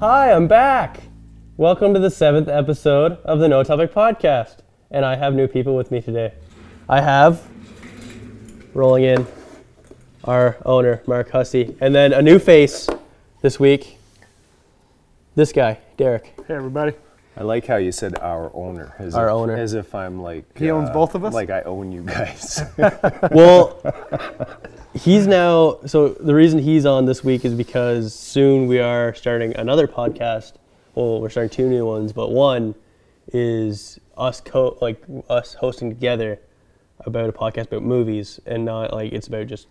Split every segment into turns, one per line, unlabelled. Hi, I'm back. Welcome to the seventh episode of the No Topic Podcast, and I have new people with me today. I have rolling in our owner Mark Hussey, and then a new face this week. This guy, Derek.
Hey everybody.
I like how you said our owner. As
Our
if,
owner.
As if I'm like. uh,
He owns both of us?
Like I own you guys.
Well, he's now. So the reason he's on this week is because soon we are starting another podcast. Well, we're starting two new ones, but one is us co like us hosting together about a podcast about movies and not like it's about just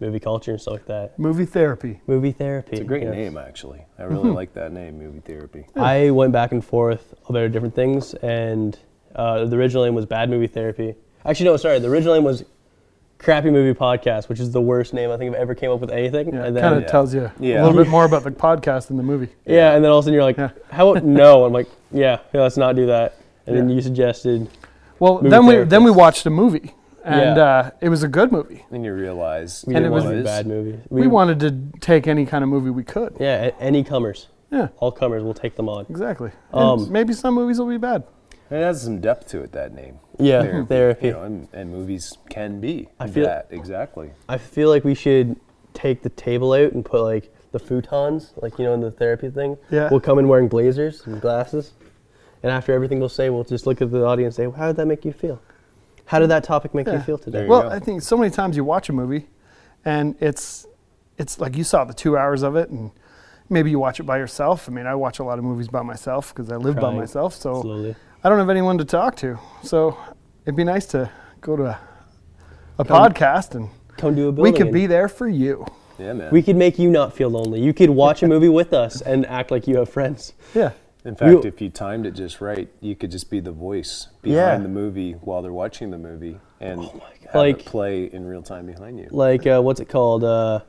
movie culture and stuff like that.
Movie therapy.
Movie therapy. It's
a great name, actually. I really
Hmm.
like that name, Movie Therapy.
I went back and forth about different things, and uh, the original name was Bad Movie Therapy. Actually, no, sorry. The original name was Crappy Movie Podcast, which is the worst name I think I've ever came up with anything. and
Yeah, kind
then,
of
yeah.
tells you a
Yeah.
little bit more about the podcast than the movie.
yeah, and then all of a sudden you're like,
Yeah.
how about no? I'm like, yeah, yeah, let's not do that. And then
Yeah.
you suggested,
Well,
Movie
then we
therapist.
then we watched a movie, and
Yeah.
uh, it was a good movie.
And you realize
we
And
didn't
it was-
want to do bad movies.
We, wanted to take any kind of movie we could.
yeah, a- any comers,
Yeah,
all comers, we'll take them on.
exactly.
Um,
and maybe some movies will be bad.
It has some depth to it, that name.
Yeah,
Therapy,
therapy.
You know, and, and movies can be
I feel-
that, exactly.
I feel like we should take the table out and put like the futons, like you know, in the therapy thing.
Yeah.
We'll come in wearing blazers and glasses, and after everything we'll say, we'll just look at the audience and say, "How did that make you feel? How did that topic make you
Yeah.
feel today?"
There you
Well,
go.
I think so many times you watch a movie, and it's it's like you saw the two hours of it, and maybe you watch it by yourself. I mean, I watch a lot of movies by myself because I live
Crying
by myself, so
Slowly.
I don't have anyone to talk to. So it'd be nice to go to a, a
Come-
podcast and
Come to a building.
we could
and
be there for you.
Yeah, man.
We could make you not feel lonely. You could watch a movie with us and act like you have friends.
Yeah.
In fact,
we-
if you timed it just right, you could just be the voice
Yeah.
behind the movie while they're watching the movie and have
Like-
it play in real time behind you.
Like uh, what's it called? Uh,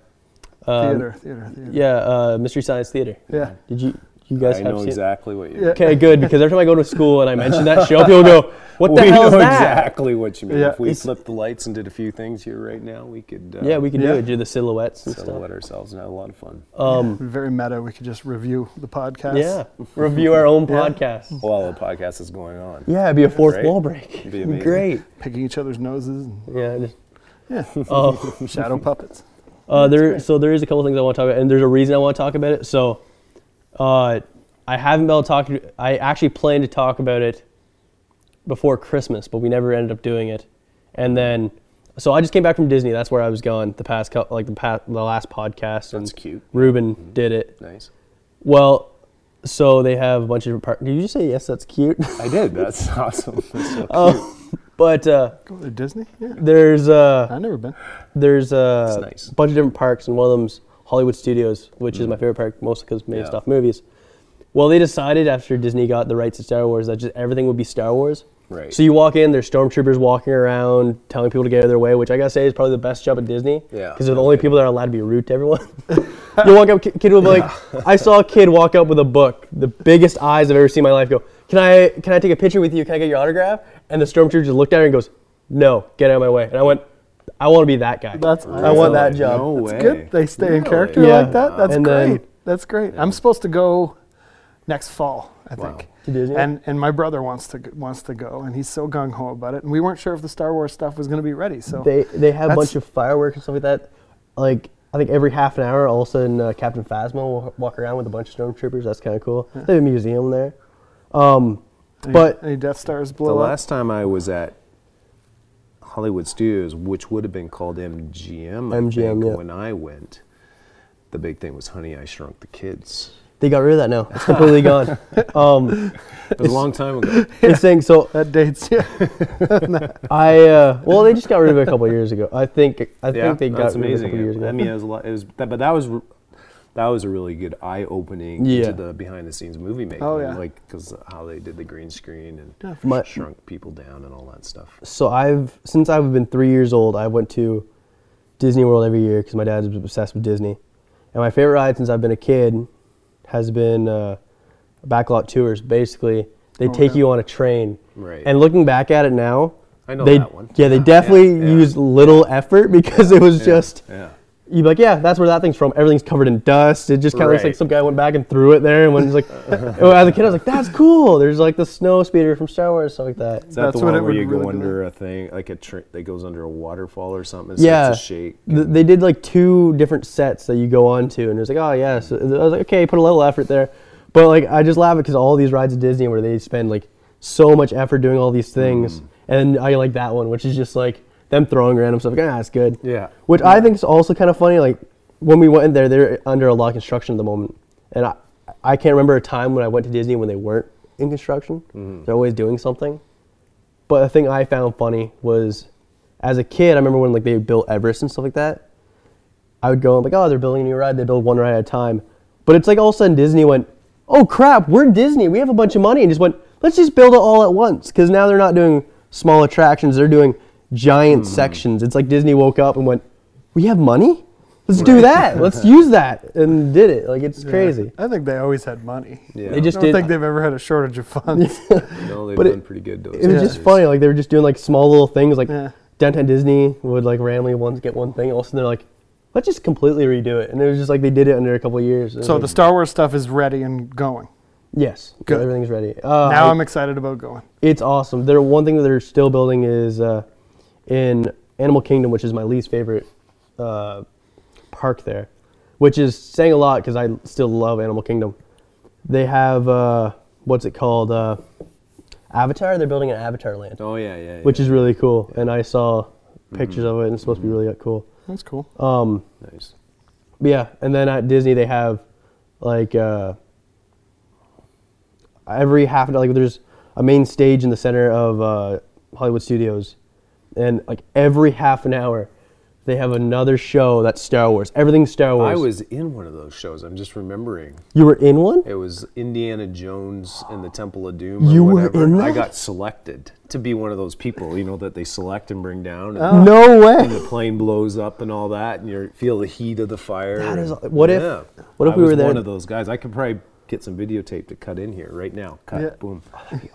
um,
Theater, theater, theater.
Yeah, uh, Mystery Science Theater.
Yeah.
Did you you guys
I
have
know
seen?
exactly what you
Yeah.
Okay, good because every time I go to school and I mention that show, people go, "What the
we
hell is
know
that?"
exactly what you mean.
Yeah.
If we
It's-
flipped the lights and did a few things here right now, we could uh,
Yeah, we can
Yeah.
do it. Do the silhouettes and
silhouette ourselves and have a lot of fun.
stuff. Um,
It'd be very meta. We could just review the podcast.
yeah, review our own
Yeah.
podcast.
While the podcast is going on,
Yeah, it'd be a fourth
Right.
wall break.
It'd be
It'd be
amazing.
great.
Picking each other's noses and
Yeah. just-
Yeah.
Oh,
shadow puppets.
uh, there. So there is a couple things I want to talk about, and there's a reason I want to talk about it. So, uh, I haven't been able to talk. To, I actually planned to talk about it before Christmas, but we never ended up doing it. And then, so I just came back from Disney. That's where I was gone the past, cou- like the past, the last podcast.
that's
And
cute. Mm-hmm.
Ruben did it.
Nice.
Well, so they have a bunch of different part. Did you just say yes? That's cute.
I did. That's awesome. That's so cute.
but uh,
Go to Disney? Yeah.
there's uh,
I've never been.
there's uh, a
That's nice. Mm.
bunch of different parks, and one of them's Hollywood Studios, which is my favorite park, mostly because it's made
Yeah.
stuff movies. Well, they decided after Disney got the rights to Star Wars that just everything would be Star Wars.
Right.
So you walk in, there's stormtroopers walking around telling people to get out of their way, which I gotta say is probably the best job at Disney.
Yeah,
Because they're the
no
only
kidding.
people that are allowed to be rude to everyone. you walk up, ki- kid will be like, I saw a kid walk up with a book, the biggest eyes I've ever seen in my life. Go, can I can I take a picture with you? Can I get your autograph? And the stormtrooper just looked at her and goes, No, get out of my way. And I went, I want to be that guy.
That's
I want that
Really?
job.
No way.
It's good. They stay in
Really?
character
Yeah.
like that. That's
And then-
great. That's great. I'm supposed to go next fall, I
Wow.
think.
To Disney?
And and my brother wants to g- wants to go, and he's so gung ho about it. And we weren't sure if the Star Wars stuff was going to be ready. So
They they have a bunch
That's-
of fireworks and stuff like that. Like I think every half an hour, all of a sudden uh, Captain Phasma will walk around with a bunch of stormtroopers. That's kind of cool. They have a museum there. Um,
any,
but
any Death Stars
The
uh,
blow up?
last time I was at Hollywood Studios, which would have been called MGM, I
MGM,
think,
yeah.
when I went, the big thing was Honey, I Shrunk the Kids.
they got rid of that now. It's completely gone. Um,
It was a long time ago.
it's saying so.
That dates you.
I uh, well, they just got rid of it a couple of years ago. I think I
Yeah,
think they got
that's
rid of it a
amazing.
couple of years ago.
I mean, it was a lot. It was, that, but that was r- that was a really good eye opening
Yeah.
to the behind the scenes movie making.
Oh, yeah.
like because how they did the green screen and
Yeah,
My- sure.
shrunk people down and all that stuff.
so I've since I've been three years old, I went to Disney World every year because my dad's obsessed with Disney, and my favorite ride since I've been a kid has been uh, backlot tours. Basically, they
Oh,
take
yeah.
you on a train,
Right.
And looking back at it now,
I know
they
that one.
yeah they definitely
yeah,
used little effort because it was
Yeah,
just
yeah.
you'd be like, yeah, that's where that thing's from. Everything's covered in dust. It just kind of looks like
Right.
some guy went back and threw it there. And when he's like, oh, as a kid, I was like, that's cool. There's like the snow speeder from Star Wars, stuff like that.
Is that
That's
the
what
one
it
where
would
you go
really be
under a thing, like a tr- that goes under a waterfall or something? It
Yeah.
starts to shake.
Th- they did like two different sets that you go on to, and it was like, oh yeah. So I was like, okay, put a little effort there, but like I just laugh because all these rides at Disney where they spend like so much effort doing all these
Mm.
things, and I like that one, which is just like them throwing random stuff. Like, ah, it's good.
Yeah.
Which I think is also kind of funny. Like when we went in there, they're under a lot of construction at the moment, and I I can't remember a time when I went to Disney when they weren't in construction.
Mm.
They're always doing something. But the thing I found funny was, as a kid, I remember when like they built Everest and stuff like that. I would go and like, oh, they're building a new ride. They build one ride at a time. But it's like all of a sudden Disney went, oh crap, we're Disney. We have a bunch of money, and just went, let's just build it all at once. Because now they're not doing small attractions. They're doing giant
Hmm.
sections. It's like Disney woke up and went, we have money. Let's do that. Let's use that, and did it. Like it's crazy.
I think they always had money.
Yeah.
They
I
just
don't
did.
think they've ever had a shortage of funds.
no, they've
but it-
done pretty good. Those
It was just
days.
funny. Like they were just doing like small little things. Like
Yeah.
downtown Disney would like randomly once get one thing, all of a sudden they're like, let's just completely redo it. And it was just like they did it under a couple of years. And
so
it
the
was
Star Wars stuff is ready and going.
like, yes,
Good.
everything's ready. Uh,
now
I-
I'm excited about going.
it's awesome. There one thing that they're still building is uh, in Animal Kingdom, which is my least favorite uh, park there, which is saying a lot because I still love Animal Kingdom. They have uh, what's it called? Uh, Avatar. They're building an Avatar land.
Oh yeah, yeah. Mm-hmm.
which is really cool. And I saw pictures of it, and it's supposed to be really cool.
That's cool.
Um,
is nice.
but yeah, and then at Disney they have like uh, every half an hour, like there's a main stage in the center of uh, Hollywood Studios, and like every half an hour they have another show that's Star Wars. Everything's Star Wars.
I was in one of those shows. I'm just remembering.
you were in one.
It was Indiana Jones and the Temple of Doom. Or
You were
whatever.
in
I
that?
got selected to be one of those people, you know, that they select and bring down. And
No
and
way.
the plane blows up and all that, and you feel the heat of the fire.
That is-
and-
what if- what if
I
we
was
were there-
One of those guys. I could probably get some videotape to cut in here right now. Cut.
Yeah.
Boom.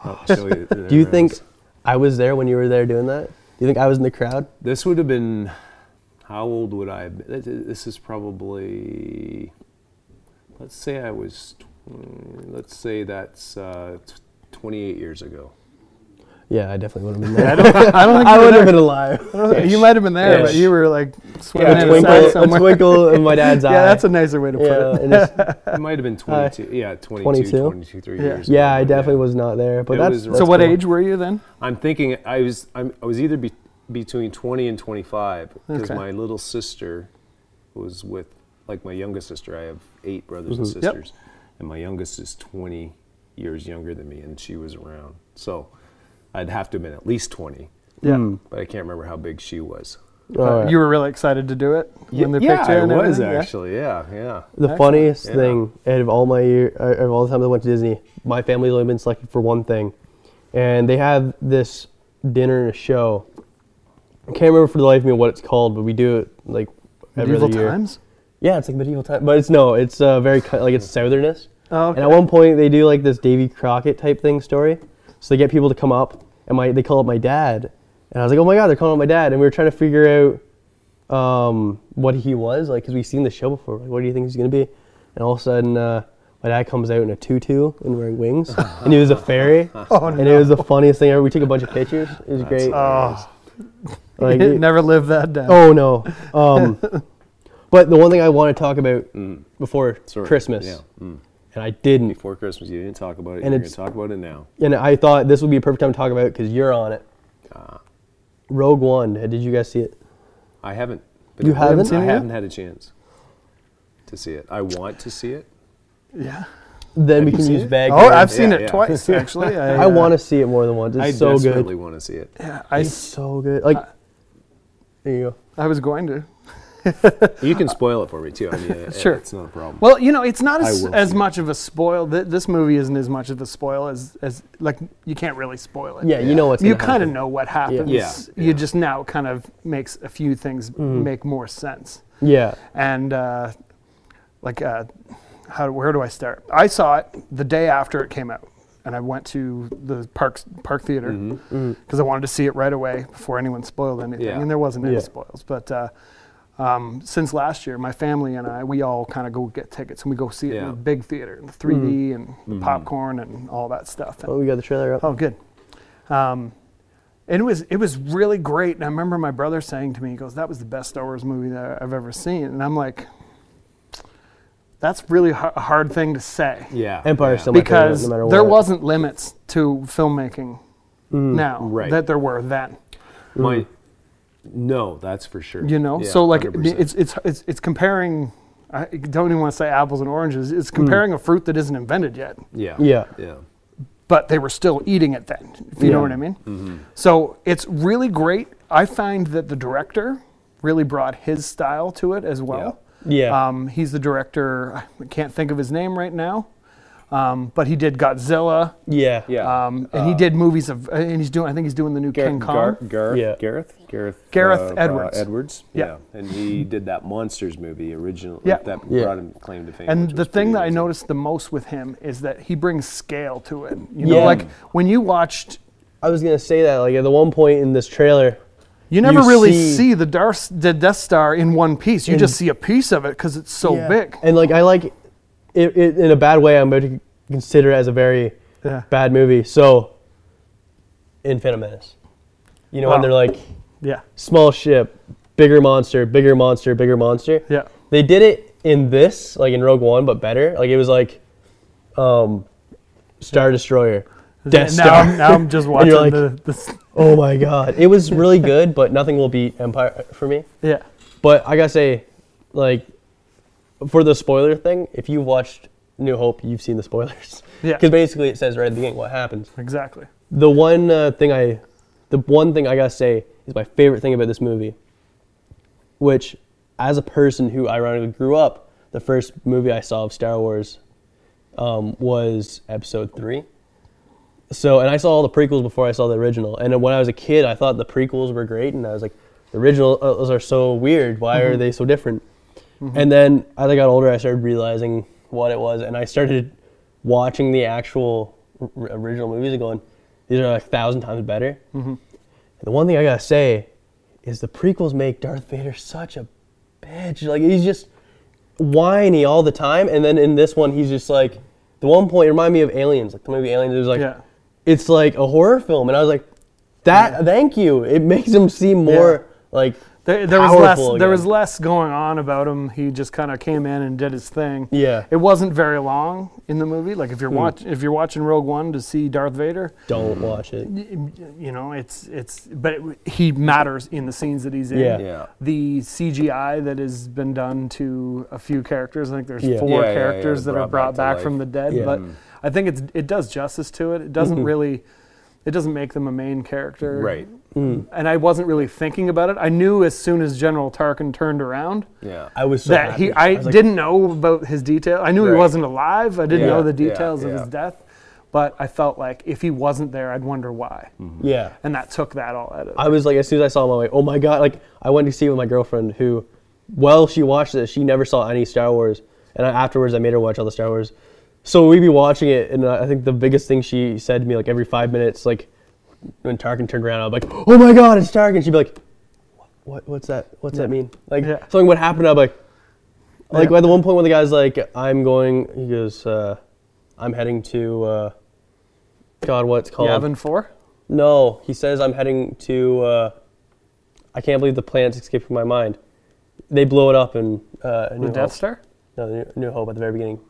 I'll show you. There
Do you
it
think
is.
I was there when you were there doing that? Do you think I was in the crowd?
this would have been? How old would I? Have been? This- This is probably. Let's say I was. tw- Let's say that's uh, t- 28 years ago.
Yeah, I definitely would have been there.
I don't think
I
you, were
would
there.
have been alive.
I don't think- you might have been there, but
Ish.
you were like swimming
a
in a sack
twinkle, a
somewhere.
twinkle in my dad's eye.
yeah, that's a nicer way to put
yeah,
it.
and it's-
It might have been 22. yeah, 22,
22?
22, 3
Yeah.
years.
yeah,
ago,
I
but
definitely
yeah.
was not there. But
It
that's,
was
that's
So what
cool.
age were you then?
I'm thinking I was I'm, I was either be, between 20 and 25 because
Okay.
my little sister was with like my youngest sister. I have eight brothers and
Mm-hmm. Yep.
sisters, and my youngest is 20 years younger than me, and she was around. So I'd have to have been at least 20,
Yeah.
but I can't remember how big she was.
All
Uh,
right.
You were really excited to do it when the picture
yeah, I
and
was
everything, yeah?
actually. Yeah, yeah.
The
Excellent.
funniest
Yeah.
thing out of all my year, out of all the times I went to Disney, my family's only been selected for one thing, and they have this dinner and a show. I can't remember for the life of me what it's called, but we do it like every
Medieval
other year.
times.
Yeah, it's like medieval time, but it's no, it's uh, very ki- like it's southernness.
Oh,
And at one point, they do like this Davy Crockett type thing story. So they get people to come up, and my they call up my dad, and I was like, oh my god, they're calling up my dad, and we were trying to figure out um, what he was like, because we've seen the show before. Like, what do you think he's gonna be? And all of a sudden, uh, my dad comes out in a tutu and wearing wings, and he was a fairy,
Oh,
and it was the funniest thing ever. We took a bunch of pictures. It was great.
Oh,
Like,
it
it-
never lived that down.
Oh no. Um, but the one thing I want to talk about before
Sorry.
Christmas,
Mm. Yeah. Mm.
and I didn't
Before Christmas, you didn't talk about it.
And
And You're going
it's-
to talk about it now.
and I thought this would be a perfect time to talk about it because you're on it.
Ah.
Rogue One. uh, Did you guys see it?
I haven't. been
You
able to-
haven't seen
I
it yet?
haven't had a chance to see it. I want to see it.
yeah.
Then we
you
can
seen
use
it?
bag.
Oh, I've seen
yeah,
it
yeah.
twice actually. I, uh,
I want to see it more than once. It's
I
so
desperately
good.
want to see it. Uh,
Yeah, I,
It's so good. Like, there you go.
I was going to.
You can spoil it for me too. I mean, it-
Sure.
it's not a problem.
Well, you know, it's not
I
as,
will
as
see it.
much of a spoil. Th- this movie isn't as much of a spoil as, as like you can't really spoil it.
Yeah, you know what's
you
gonna
kind of
happen.
know what happens.
Yeah, yeah.
You just now kind of makes a few things
Mm-hmm.
make more sense.
Yeah,
And uh, like, uh, how where do I start? I saw it the day after it came out, and I went to the parks park theater
Mm-hmm.
because I wanted to see it right away before anyone spoiled anything.
Yeah.
And there wasn't any
Yeah.
spoils, but uh, um, since last year, my family and I, we all kind of go get tickets and we go see it in
Yeah. Mm-hmm.
the big theater, the 3D and the popcorn and all that stuff.
Oh, we got the trailer up.
Oh, good. Um, and it was it was really great. And I remember my brother saying to me, he goes, "That was the best Star Wars movie that I've ever seen." And I'm like, "That's really har- a hard thing to say
Yeah.
Empire
yeah.
still my favorite,
because
no matter
there
what.
wasn't limits to filmmaking now
Right.
that there were then."
My, no, that's for sure.
You know,
Yeah,
so like it-
100%.
it's it's it's it's comparing. I don't even want to say apples and oranges. It's comparing a fruit that isn't invented yet.
yeah,
Yeah.
yeah,
but they were still eating it then, if you
Yeah.
know what I mean.
Mm-hmm.
So it's really great. I find that the director really brought his style to it as well.
Yeah.
Um, he's the director, I can't think of his name right now, um, but he did Godzilla.
yeah.
yeah.
Um, and he did movies of, and he's doing, I think he's doing the new King Kong.
Uh, Gar-
Yeah.
Gareth, Gareth,
Gareth Edwards.
uh, Edwards.
Yeah.
and he did that monsters movie originally.
Yeah.
that
Yeah.
brought him claim to fame.
And
which
the
was
thing
pretty
that I
amazing.
noticed the most with him is that he brings scale to it. You know,
Yeah.
like when you watched,
I was gonna say that. Like at the one point in this trailer,
you never
You
really
see-
see, the, Darth, the Death Star in one piece. You just see a piece of it because it's so big.
and like I like it, it in a bad way. I'm going to consider it as a very
Yeah.
bad movie. So, in Phantom Menace, you know, when
Wow.
they're like
Yeah.
small ship, bigger monster, bigger monster, bigger monster.
Yeah.
They did it in this, like in Rogue One, but better. Like it was like, um, Star Destroyer, Death
now,
Star.
I'm, now I'm just
And
watching
you're like,
the, the. s-
oh my god, it was really good, but nothing will beat Empire for me.
Yeah.
But I gotta say, like, for the spoiler thing, if you've watched New Hope, you've seen the spoilers.
Yeah.
Because basically, it says right at the beginning what happens.
Exactly.
The one uh, thing I, the one thing I gotta say is my favorite thing about this movie, which, as a person who ironically grew up, the first movie I saw of Star Wars, um, was Episode Three. So, and I saw all the prequels before I saw the original. And when I was a kid, I thought the prequels were great, and I was like, the originals are so weird. Why are they so different? And then as I got older, I started realizing what it was, and I started watching the actual r- original movies and going, these are like a thousand times better. And the one thing I gotta say is the prequels make Darth Vader such a bitch. Like he's just whiny all the time, and then in this one, he's just like. The one point it reminded me of Aliens, like the movie Aliens. It was like
Yeah.
it's like a horror film, and I was like, that. Thank you. It makes him seem more like
There, there was less.
Powerful
There
again.
was less going on about him. He just kind of came in and did his thing.
Yeah. Hmm.
It wasn't very long in the movie. Like if you're watch, if you're watching Rogue One to see Darth Vader,
don't watch it.
you know it's it's. But it, he matters in the scenes that he's in.
Yeah.
Yeah.
The CGI that has been done to a few characters. I think there's
Yeah.
four
Yeah, yeah, yeah,
characters that are brought
brought back to
back,
life.
from the dead.
Yeah. Mm-hmm.
But I think it's it does justice to it. It doesn't really. It doesn't make them a main character.
Right.
and I wasn't really thinking about it. I knew as soon as General Tarkin turned around
Yeah.
I was so
that
happy.
he. I,
was like,
didn't know about his detail. I knew he
Right.
wasn't alive. I didn't
Yeah,
know the
yeah,
details of
yeah.
his death, but I felt like if he wasn't there, I'd wonder why.
Mm.
Yeah.
And that took that all out of it.
I was like, as soon as I saw him, I'm like, oh my god! Like I went to see it with my girlfriend, who, while she watched this, she never saw any Star Wars, and I, afterwards I made her watch all the Star Wars. So we'd be watching it, and I think the biggest thing she said to me, like every five minutes, like when Tarkin turned around, I'm like, oh my god, it's Tarkin. She'd be like, what, what's that? What's that mean? Like
Yeah.
something would happen. I'm like, like
Yeah.
at the one point when the guy's like, I'm going. He goes, uh, I'm heading to. Uh, God, what's it called?
Yavin Four.
No, he says I'm heading to. Uh, I can't believe the planet's escaping my mind. They blow it up in uh, A New
The
Hope.
Death Star?
No, the New- New Hope at the very beginning.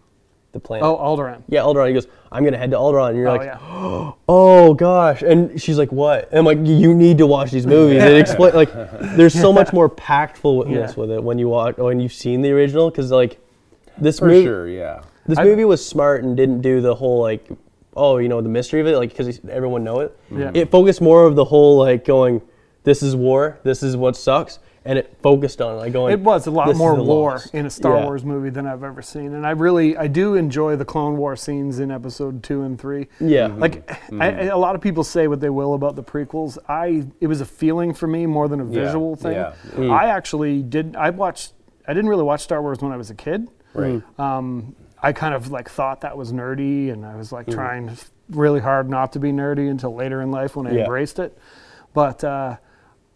The planet.
Oh, Alderaan.
Yeah, Alderaan. He goes, I'm gonna head to Alderaan. And you're
Oh,
like,
yeah.
oh gosh. And she's like, what? And I'm like, you need to watch these movies. It explain like, there's so much more pactfulness
Yeah.
with it when you watch when you've seen the original because like, this
for
movie
sure. Yeah.
this
I-
movie was smart and didn't do the whole like, oh, you know, the mystery of it, like because everyone know it.
Yeah.
It focused more of the whole like going, this is war, this is what sucks, and it focused on like going.
It was a lot
"This
more
is the
war
loss."
in a Star
Yeah.
Wars movie than I've ever seen, and I really I do enjoy the Clone War scenes in Episode Two and Three.
Yeah. Mhm.
like I- I- a lot of people say what they will about the prequels. I it was a feeling for me more than a
Yeah,
visual thing.
yeah.
I actually did. I watched. I didn't really watch Star Wars when I was a kid.
Right.
Um, I kind of like thought that was nerdy, and I was
Mm.
like trying f- really hard not to be nerdy until later in life when I
Yeah.
embraced it. But uh,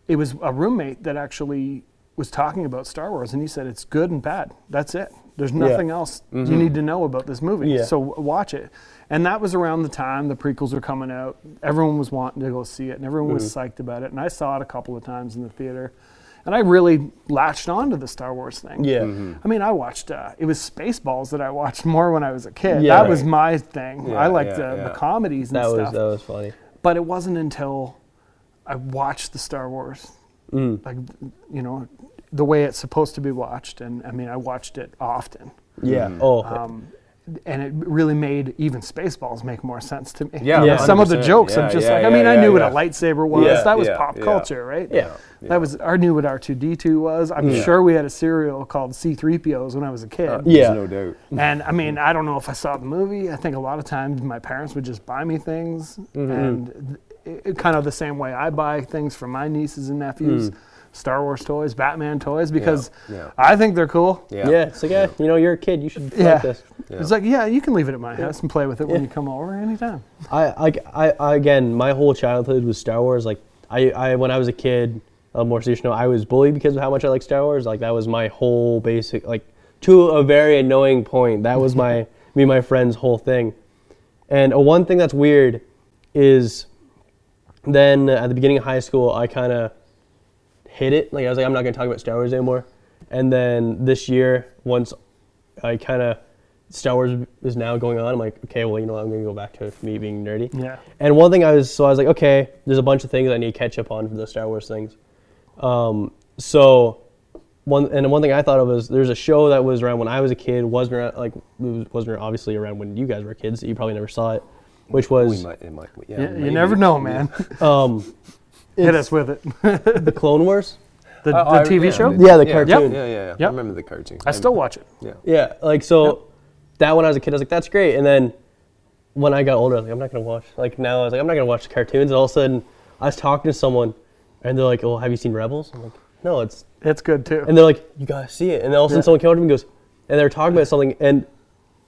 it was a roommate that actually was talking about Star Wars, and he said it's good and bad. That's it. There's nothing else you need to know about this movie.
Mm-hmm. Yeah.
So w- watch it. And that was around the time the prequels were coming out. Everyone was wanting to go see it, and everyone was
Mm-hmm.
psyched about it. And I saw it a couple of times in the theater, and I really latched onto the Star Wars thing.
Yeah.
I mean, I watched. Uh, it was Spaceballs that I watched more when I was a kid.
Yeah.
that
Right.
was my thing.
Yeah,
I liked
yeah,
uh,
yeah.
the comedies and
That
stuff
was that was funny.
but it wasn't until I watched the Star Wars,
Mm.
like you know, the way it's supposed to be watched, and I mean, I watched it often,
Yeah. Oh.
Um, and it really made even Spaceballs make more sense to me.
Yeah,
Yeah.
some of the
100%.
jokes, I'm
Yeah,
just
yeah,
like, I
yeah,
mean, I
yeah,
knew what
yeah.
a lightsaber was.
Yeah,
that was
yeah,
pop
yeah. Mm.
culture, right?
Yeah.
That was I knew what R2D2 was. I'm sure we had a cereal called C3POs when I was a kid.
Uh,
Yeah.
There's no doubt.
And I mean,
Mm-hmm.
I don't know if I saw the movie. I think a lot of times my parents would just buy me things,
Mm-hmm.
and th- it, kind of the same way I buy things for my nieces and nephews, Star Wars toys, Batman toys, because
Mm. yeah.
I think they're cool.
yeah. It's like, eh, you know, you're a kid. You should
Yeah.
like this.
It's like, yeah, you can leave it at my house and play with it when
Yeah.
you come over anytime.
I, like, I, I again, my whole childhood was Star Wars. Like, I, I when I was a kid, a more serious note, I was bullied because of how much I liked Star Wars. Like, that was my whole basic, like, to a very annoying point. That was my me and my friends' whole thing. And uh, one thing that's weird is, then uh, at the beginning of high school, I kind of hit it. Like, I was like, I'm not gonna talk about Star Wars anymore. And then this year, once I kind of Star Wars is now going on. I'm like, okay, well, you know, what, I'm gonna go back to me being nerdy.
Yeah.
And one thing I was so I was like, okay, there's a bunch of things I need to catch up on for the Star Wars things. Um, so one and one thing I thought of was there's a show that was around when I was a kid, wasn't around, like wasn't obviously around when you guys were kids. You probably never saw it, which
We
was
might, it might, yeah,
You,
maybe.
you never know, man.
um,
Hit us with it.
the Clone Wars.
The,
Uh,
the
I-
TV
yeah,
show.
I-
Yeah, the cartoon.
Yeah, yeah, yeah. I
Yep.
remember the cartoon.
I still watch it.
Yeah.
Yeah, like so that when I was a kid, I was like, that's great. And then when I got older, I was like, I'm not gonna watch. Like now, I was like, I'm not gonna watch the cartoons. And all of a sudden, I was talking to someone, and they're like, Oh, have you seen Rebels? I'm like, No, it's.
It's good too.
And they're like, You gotta see it. And then all of a sudden,
Yeah.
someone came up to me and goes, and they're talking about something. And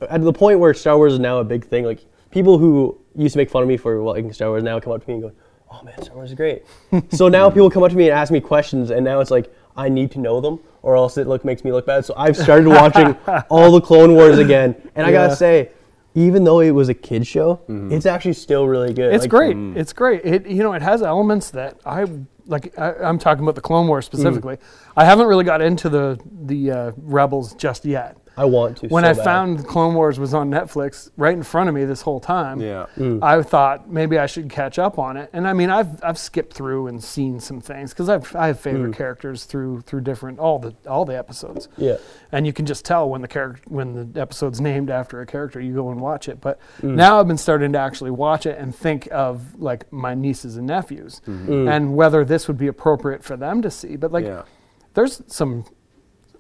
at the point where Star Wars is now a big thing, like people who used to make fun of me for liking Star Wars now come up to me and go, Oh man, Star Wars is great. so now people come up to me and ask me questions, and now it's like I need to know them, or else it look makes me look bad. So I've started watching all the Clone Wars again, and I
Yeah. Mm-hmm.
gotta say, even though it was a kid show, it's actually still really good.
It's
Like,
great. It's great. It you know it has elements that I like. I, I'm talking about the Clone Wars
Mm.
specifically. I haven't really got into the the uh, Rebels just yet.
I want to.
When
so
I
bad.
found Clone Wars was on Netflix right in front of me this whole time,
Yeah.
I thought maybe I should catch up on it. And I mean, I've I've skipped through and seen some things because I've I have favorite characters through through different all the all the episodes
Mm. yeah,
and you can just tell when the character when the episode's named after a character you go and watch it but
Mm.
now i've been starting to actually watch it and think of like my nieces and nephews and whether this would be appropriate for them to see but like
Mm-hmm. Mm. yeah.
there's some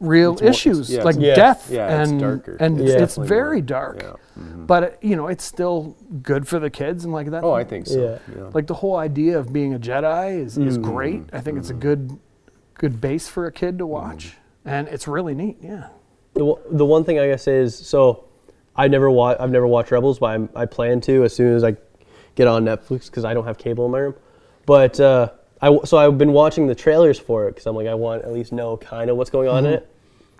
real
more-
issues
yeah,
like
it's-
death
yeah, it's
and
darker.
and
It's
it's,
definitely
very
more-
dark
yeah. Mm-hmm.
but it, you know it's still good for the kids and like that
Oh, I think so. Mm.
Yeah.
Yeah.
like the whole idea of being a Jedi is, is great. I think it's a good good base for a kid to
Mm.
watch, and it's really neat. Yeah.
the, one- the one thing I gotta say is so I never wa- I've never watched Rebels, but I'm, I plan to as soon as I get on Netflix because I don't have cable in my room. But uh, I w- so I've been watching the trailers for it because I'm like I want to at least know kind of what's going on in it.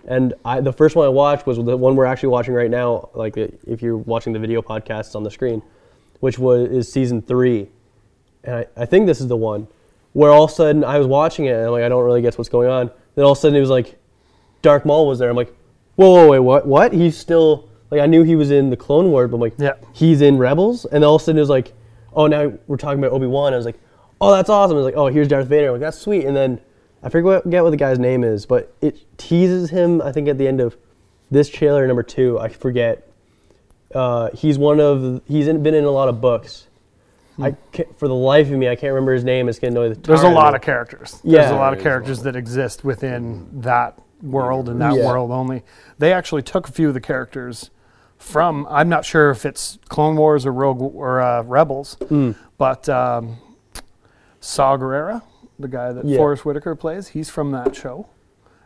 And I, the first one I watched was the one we're actually watching right now. Like uh, if you're watching the video podcast, it's on the screen, which was is season three and I, I think this is the one where all of a sudden I was watching it and I'm like, I don't really guess what's going on. Then all of a sudden it was like, Dark Maul was there. I'm like, whoa, whoa, wait, what? What? He's still like, I knew he was in the Clone War, but I'm like,
Yeah.
he's in Rebels. And all of a sudden it was like, oh, now we're talking about Obi Wan. I was like, oh, that's awesome. I was like, oh, here's Darth Vader. I'm like, that's sweet. And then I forget what, forget what the guy's name is, but it teases him. I think at the end of this trailer number two, I forget. Uh, he's one of he's in, been in a lot of books. I can't, for the life of me, I can't remember his name. It's gonna annoy the.
Hmm. There's a
tar out
lot
me.
of characters. There's
Yeah.
a lot of
There is a
characters that exist within that world and that
Yeah.
world only. They actually took a few of the characters from. I'm not sure if it's Clone Wars or Rogue or uh, Rebels,
Hmm.
but um, Saw Gerrera, the guy that
Yeah.
Forrest Whitaker plays, he's from that show.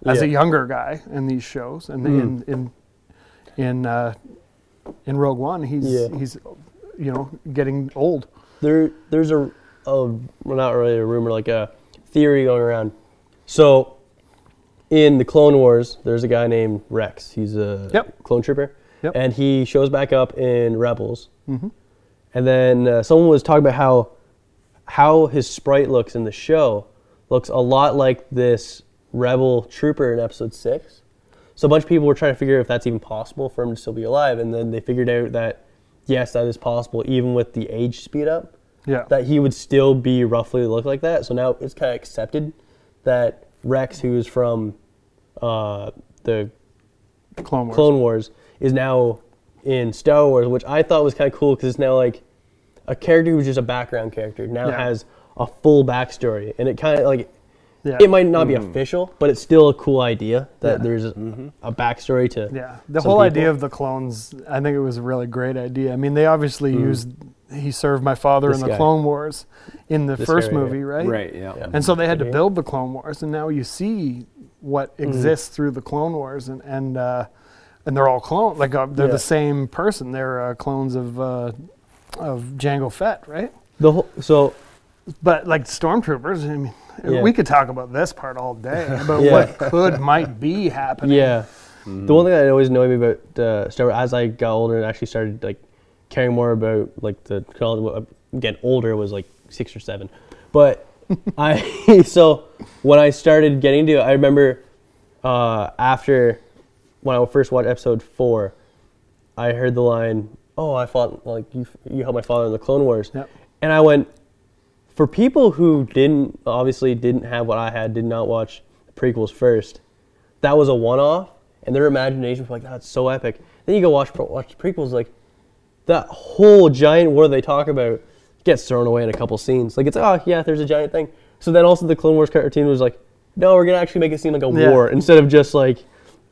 As a
Yeah. Hmm.
younger guy in these shows, and in in in, uh, in Rogue One, he's
Yeah.
he's you know getting old.
There, there's a, a well, not really a rumor, like a theory going around. So, in the Clone Wars, there's a guy named Rex. He's a
Yep.
clone trooper.
Yep. Mm-hmm.
And he shows back up in Rebels. And then uh, someone was talking about how how his sprite looks in the show looks a lot like this rebel trooper in episode 6. So a bunch of people were trying to figure out if that's even possible for him to still be alive and then they figured out that yes, that is possible even with the age speed up
Yeah.
that he would still be roughly look like that. So now it's kind of accepted that Rex, who is from uh, the
Clone Wars.
Clone Wars, is now in Star Wars, which I thought was kind of cool because it's now like a character who's just a background character now
Yeah.
has a full backstory, and it kind of like
yeah.
it might not be official, but it's still a cool idea that
Yeah.
there's a, a backstory to
Yeah, the
some
whole
people.
idea of the clones, I think it was a really great idea. I mean, they obviously used he served my father
Hmm. This
in the
guy.
Clone Wars in the
This
first
guy right
movie,
here.
right?
Right. Yeah.
Yeah.
And so they had to
Okay.
build the Clone Wars, and now you see what
Hmm.
exists through the Clone Wars, and and uh, and they're all clone like uh, they're
Yeah.
the same person. They're uh, clones of uh, of Django Fett, right?
the whole. So
But like stormtroopers, I mean,
Yeah.
we could talk about this part all day about
Yeah.
what could might be happening.
Yeah. The one thing that always annoyed me about uh, Star Wars, as I got older and actually started like caring more about like the chronology, again older was like six or seven, but I so when I started getting into it, I remember uh, after when I first watched episode four, I heard the line, "Oh, I fought like you you helped my father in the Clone Wars,"
Yep.
and I went, for people who didn't obviously didn't have what I had, did not watch the prequels first, that was a one-off, and their imagination was like, "That's so epic." Then you go watch watch the prequels, like that whole giant war they talk about gets thrown away in a couple scenes. Like it's oh yeah, there's a giant thing. So then also the Clone Wars cartoon was like, "No, we're gonna actually make it seem like a
Yeah.
war instead of just like."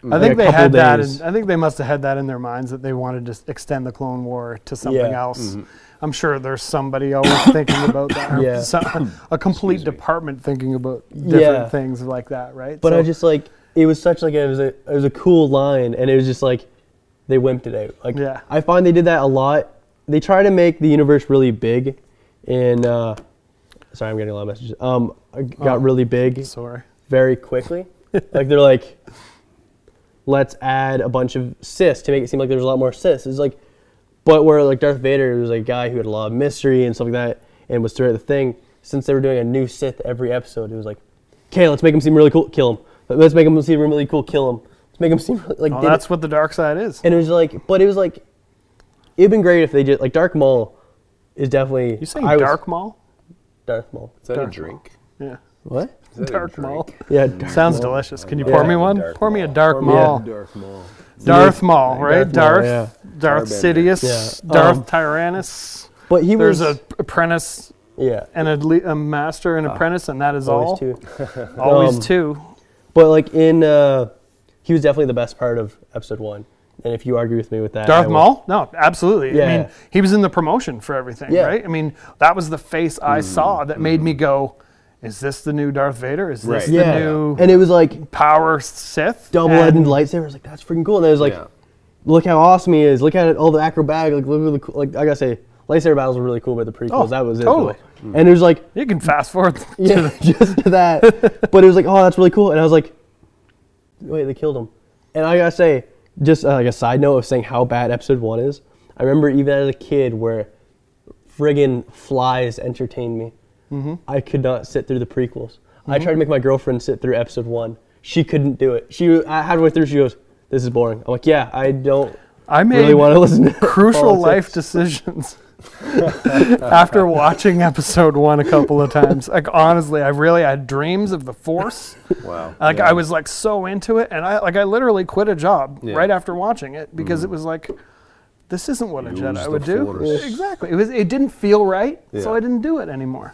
I
like
think
a
they
couple
had that.
days."
In, I think they must have had that in their minds that they wanted to s- extend the Clone War to something
Yeah. Mm-hmm.
else. I'm sure there's somebody always thinking about that. or
Yeah.
some- a complete
Excuse me.
department thinking about different
Yeah.
things like that, right?
But I
So-
just like it was such like it was a it was a cool line, and it was just like they wimped it out. Like
Yeah.
I find they did that a lot. They try to make the universe really big, and uh, sorry, I'm getting a lot of messages. Um, I got
Oh.
really big
sorry.
very quickly. like they're like, let's add a bunch of cis to make it seem like there's a lot more cis. It's like, but where like Darth Vader was like a guy who had a lot of mystery and stuff like that, and was throughout the thing. Since they were doing a new Sith every episode, it was like, okay, let's make him seem really cool, kill him. Let's make him seem really cool, kill him. Let's make him seem really, like.
Well,
did it-
that's what the dark side is.
and it was like, but it was like, it'd been great if they just like Dark Maul is definitely.
You saying
I was-
dark Maul?
Darth Maul.
Is that a
Dark
drink?
Yeah,
What?
Is that a
dark Maul.
drink?
Yeah. Darth
Sounds
Maul.
delicious. Can you
Yeah.
pour me
Yeah.
one?
Dark
pour me a
Maul.
dark
Pour me a
Maul.
Dark Maul.
Darth Maul, right?
Darth Maul,
Darth,
yeah.
Darth
Airbender.
Sidious,
Yeah.
Darth
Um,
Tyrannus.
But he
There's
was
a apprentice
yeah.
and a, le- a master and apprentice, and that is all.
Always too.
Always
Um,
two.
But like in, uh, he was definitely the best part of episode one. And if you argue with me with that, I
Darth
will-
Maul? No, absolutely. I
Yeah.
mean, he was in the promotion for everything,
Yeah. Mm-hmm.
right? I mean, that was the face I saw that made me go, "Is this the new Darth Vader? Is this
Right.
the
yeah,
new
and it was like
power Sith?"
double-edged
And-
lightsaber. I was like, that's freaking cool. And I was like,
Yeah.
look how awesome he is. Look at it, all the acrobatic. Like, look at the cool, like I gotta say, lightsaber battles were really cool, but the prequels
Oh,
that was it.
totally.
And it was like
You can fast forward.
yeah, just to that. But it was like, oh, that's really cool. And I was like, wait, they killed him. And I gotta say, just uh, like a side note of saying how bad episode one is, I remember even as a kid where friggin' flies entertained me.
Mm-hmm.
I could not sit through the prequels. I tried to make my girlfriend sit through episode one. She couldn't do it. She uh, halfway through, she goes, "This is boring." I'm like, "Yeah, I don't
I made
really want to listen." to
crucial
politics."
life decisions after watching episode one a couple of times. Like honestly, I really had dreams of the Force.
Wow.
Like
Yeah.
I was like so into it, and I like I literally quit a job
Yeah.
right after watching it because it was like, this isn't what
Use
a Jedi
the
would do.
Force.
Exactly. It was. It didn't feel right, so
Yeah.
I didn't do it anymore.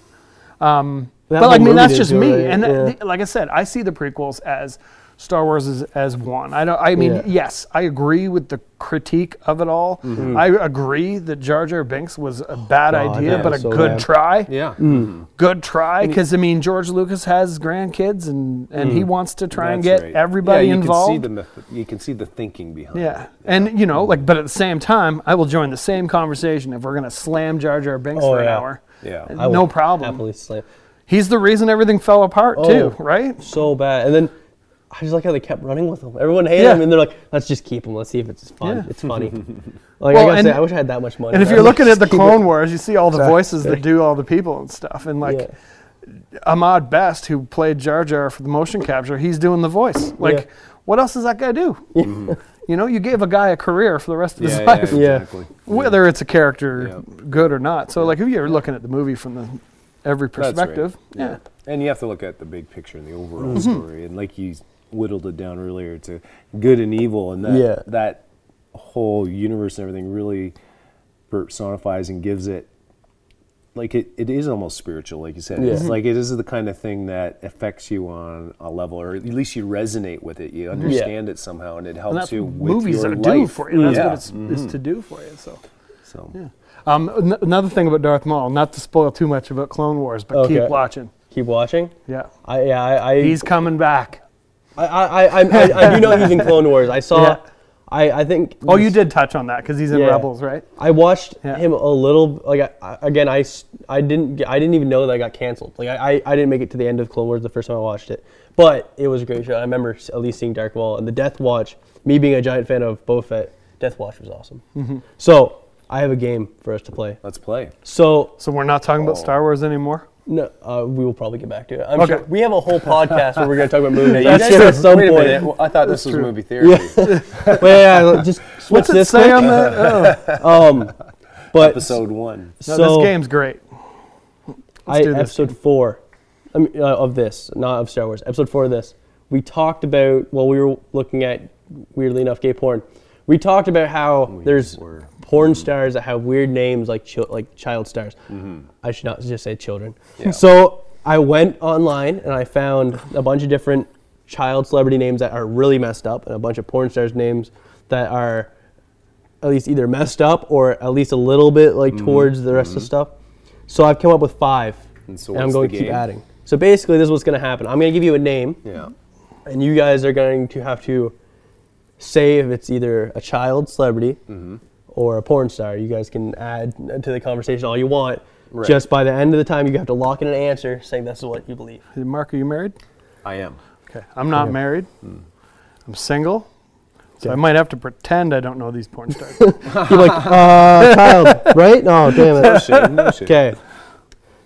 That
but
whole
like, I mean,
movie
that's
didn't
just
do it
me.
right,
And
yeah.
th- like I said, I see the prequels as Star Wars as, as one. I don't. I mean,
Yeah.
yes, I agree with the critique of it all.
Mm-hmm.
I agree that Jar Jar Binks was a bad
God,
idea,
that
but a
was so
good
bad.
try.
Yeah.
Good try, because I mean, George Lucas has grandkids, and and he wants to try and
Hmm. That's
get
right.
everybody
yeah, you
involved.
Can see the method, you can see the thinking behind
Yeah.
it.
And you know, like but at the same time, I will join the same conversation if we're gonna slam Jar Jar Binks
Oh,
for an
yeah.
hour.
Yeah.
Uh,
I will
no problem.
Happily slam.
He's the reason everything fell apart
Oh.
too, right?
so bad. And then I just like how they kept running with them. Everyone hated
Yeah.
him, and they're like, "Let's just keep him. Let's see if it's fun.
Yeah.
It's funny." like I
Well,
gotta say,
and-
I wish I had that much money.
And if
I'd
you're
like,
looking at
just
the
keep it-
Clone Wars, you see all the voices that
Exactly.
do all the people and stuff. And like
Yeah.
Ahmad Best, who played Jar Jar for the motion capture, he's doing the voice. Like,
Yeah.
what else does that guy do? You know, you gave a guy a career for the rest of his
Yeah, yeah,
life,
Yeah.
exactly.
whether it's a character
Yeah.
good or not. So, like, if you're looking at the movie from the every
That's right.
perspective, yeah.
And you have to look at the big picture and the overall story. And like you whittled it down earlier to good and evil, and that
Yeah.
that whole universe and everything really personifies and gives it like it, it is almost spiritual, like you said. It's
Yeah.
like it is the kind of thing that affects you on a level, or at least you resonate with it. You understand it somehow, and it helps
And that's
you
what
with
movies
your
are
life.
do for you. That's
Yeah. Mm-hmm.
what it's, it's to do for you. So.
So
Um, an- another thing about Darth Maul, not to spoil too much about Clone Wars, but
Okay.
keep watching.
keep watching.
Yeah.
I yeah I, I
He's coming back.
I, I, I, I, I do know he's in Clone Wars. I saw.
Yeah.
I, I think.
Oh, you did touch on that because he's in
Yeah.
Rebels, right?
I watched
Yeah.
him a little. Like I- I, again, I, s- I didn't get- I didn't even know that I got canceled. Like I, I, I didn't make it to the end of Clone Wars the first time I watched it, but it was a great show. I remember s- at least seeing Dark Wall and the Death Watch. Me being a giant fan of Boba Fett, Death Watch was awesome.
Mm-hmm.
So I have a game for us to play.
let's play.
So
So we're not talking
Oh.
about Star Wars anymore.
no, uh, we will probably get back to it. I'm
Okay.
sure we have a whole podcast where we're going to talk about movies.
you
I'm
guys
sure
are-
at some
wait a
point.
minute, well, I thought this was movie theory.
But yeah, yeah, just switch
What's it
this
say
quick.
on that? Oh.
Um, but
Episode one.
No,
so
this game's great.
I,
do this
episode four, I mean, uh, of this, not of Star Wars. Episode four of this, we talked about while we were looking at weirdly enough gay porn. We talked about how there's
were.
porn stars that have weird names like chil- like child stars. I should not just say children. So I went online and I found a bunch of different child celebrity names that are really messed up and a bunch of porn stars names that are at least either messed up or at least a little bit like
Mm-hmm.
towards the rest of the stuff. So I've come up with five,
And so
I'm
what's
going
the
to keep
game?
adding. So basically, this is what's going to happen. I'm going to give you a name,
Yeah.
and you guys are going to have to say if it's either a child celebrity
Mm-hmm.
or a porn star. You guys can add to the conversation all you want.
Right.
Just by the end of the time, you have to lock in an answer saying this is what you believe.
Hey, Mark, are you married?
I am.
Okay. I'm not married.
Hmm.
I'm single. So I might have to pretend I don't know these porn stars.
You're like, uh, child, right? No, damn it.
Shit, no shit.
Okay.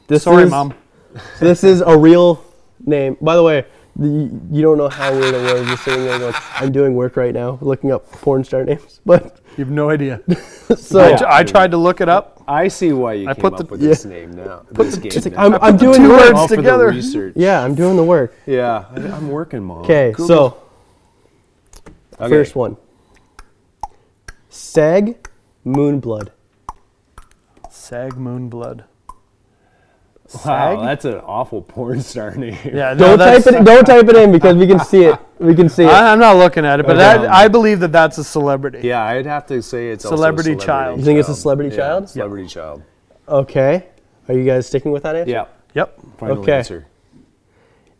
This
Sorry,
is-
mom.
So this is a real name. By the way, the, you don't know how weird it was just sitting there going, I'm doing work right now, looking up porn star names. But
You have no idea.
so
I, tr- I tried to look it up.
I see why you
I
came
put the-
up with
yeah.
this name now. This game
it's like,
now.
I'm, I'm doing
two
the work.
words
All for the
together.
research.
Yeah, I'm doing the work.
Yeah. I, am working, mom.
Okay,
Google.
so
Okay.
first one Sag Moonblood.
Sag Moon Blood.
Wow,
Sag?
that's an awful porn star name.
Yeah, no,
Don't
that's-
type it. Don't type it in because we can see it. We can see it.
I, I'm not looking at it, but
Okay.
that, I believe that that's a celebrity.
Yeah, I'd have to say it's
Celebrity
also a
child.
You think it's a celebrity
Yeah,
child?
Celebrity child.
Okay. Are you guys sticking with that answer?
Yeah.
Yep.
Final
Okay.
answer.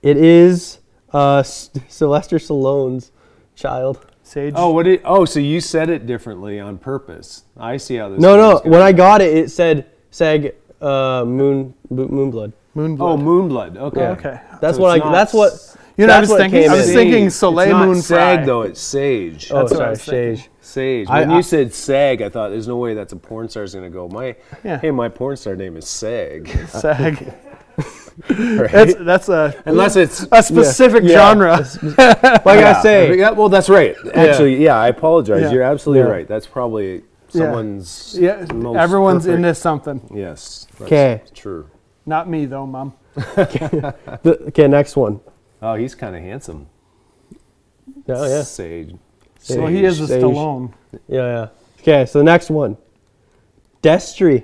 It is uh, S- Sylvester Stallone's child.
Sage.
Oh, what did? Oh, so you said it differently on purpose. I see how this.
No,
game's
no.
gonna
When I
go.
got it, it said Sag uh, Moon Bo- Moonblood.
Moon Blood.
Oh, Moonblood. Okay.
Yeah.
okay.
That's
So
what
it's
I.
not
That's what.
s-
You know,
that's
I was
what
thinking-
came
I was
in.
thinking-
It's
Soleil
not
Moon
Sag
Frye.
though. It's Sage.
Oh,
what I
sorry,
was thinking.
Sage.
Sage.
I-
When
I-
you said Sag, I thought there's no way that's a porn star's gonna go. My
Yeah.
hey, my porn star name is Sag.
Sag.
Right?
That's, that's a,
Unless it's
a specific
Yeah.
genre.
Like
yeah.
I say,
Yeah, well, that's right. Actually, yeah, I apologize.
Yeah.
You're absolutely
Yeah.
right. That's probably someone's.
Yeah,
most
everyone's
perfect-
into something.
Yes. that's
'Kay.
True.
Not me though, mom.
the- okay. Next one.
Oh, he's kind of handsome.
Oh yeah.
Sage.
Sage.
Well, he is a
Sage.
Stallone.
Yeah, yeah. Okay. So the next one, Destry.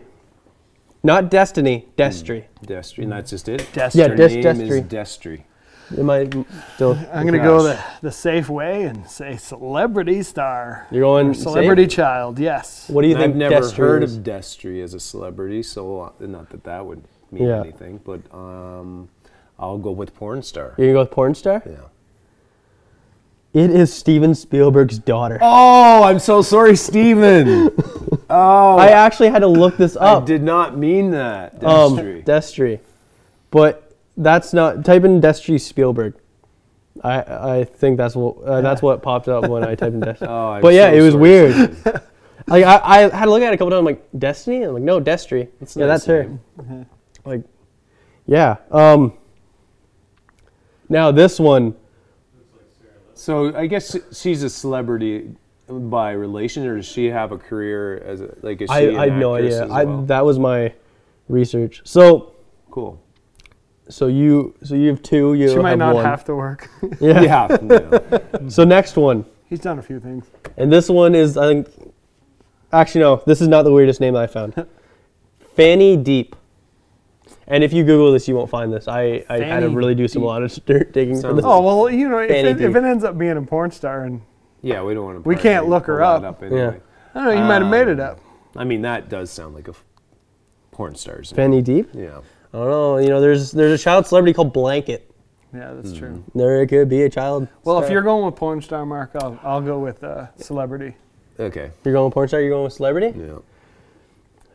Not Destiny. Destry.
Destry, and that's just it.
Destry.
Yeah,
Her
Des-
name is
Destry.
Destry.
Am I still?
I'm gonna go the,
Gosh.
the safe way and say celebrity star.
You're going
Or celebrity
safe?
child. Yes.
What do you
And
think?
I've never
Destry
heard of
is?
Destry as a celebrity, so uh, not that that would mean
Yeah.
anything, but um, I'll go with porn star.
You're gonna go with porn star.
Yeah.
It is Steven Spielberg's daughter.
Oh, I'm so sorry, Steven. oh,
I
I,
actually had to look this up.
did not mean that.
Um,
Destry.
Destry. But that's not. Type in Destry Spielberg. I I think that's what uh, that's what popped up when I typed in Destiny.
Oh, I'm
but yeah,
so
it was
sorry.
weird. like I, I had to look at it a couple times. I'm like Destiny. I'm like no, Destry. yeah,
not
that's
the
her. Uh-huh.
same.
Like, yeah. Um. Now this one,
So I guess she's a celebrity by relation, or does she have a career as a, like? Is she
I
an
I had no
actress
idea.
as
I
well?
that was my research. So
cool.
so you so you have two. You
She might
have
not
one.
have to work.
Yeah.
Yeah. no.
So next one,
He's done a few things.
and this one is I think. Actually, no. This is not the weirdest name I found. Fanny Deep. And if you Google this, you won't find this. I, I had to
Fanny
really do some
Deep.
lot of dirt digging for
Sounds
this.
Oh well, you know, if
Fanny
it, if
Deep.
it ends up being a porn star, and
Yeah, we don't want to.
We can't look her up.
anyway.
I don't know, you might have made it
Um,
up.
I mean, that does sound like a f- porn star's. name.
Fanny Deep.
Yeah.
I don't know. You know, there's there's a child celebrity called Blanket.
Yeah, that's true.
Hmm.
There could be a child.
Well, if
star.
you're going with porn star, Mark, I'll, I'll go with uh, celebrity.
Okay.
you're going with porn star, you're going with celebrity.
Yeah.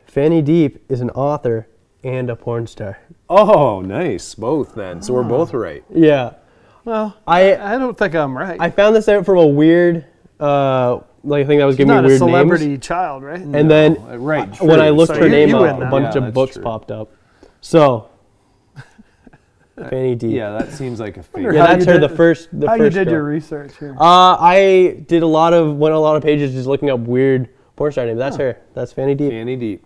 Fanny Deep is an author and a porn star.
Oh, nice. Both then. So we're both right.
Yeah,
Well,
I
I don't think I'm right.
I found this out from a weird uh like thing that was giving
not
me
a
weird
celebrity
names.
child, right?
And then
Uh, Right.
when I
true.
looked
So
her
you-
name
you win
up, a
that.
bunch
Yeah,
of
that's
books
true.
popped up. So Fanny Deep.
Yeah, that seems like a fake.
Wonder
Yeah,
How
that's
you
her. The
did-
first. The
How you
first
did
girl.
your research here?
Uh, I did a lot of went on a lot of pages just looking up weird porn star names. That's her. That's Fanny Deep.
Fanny Deep.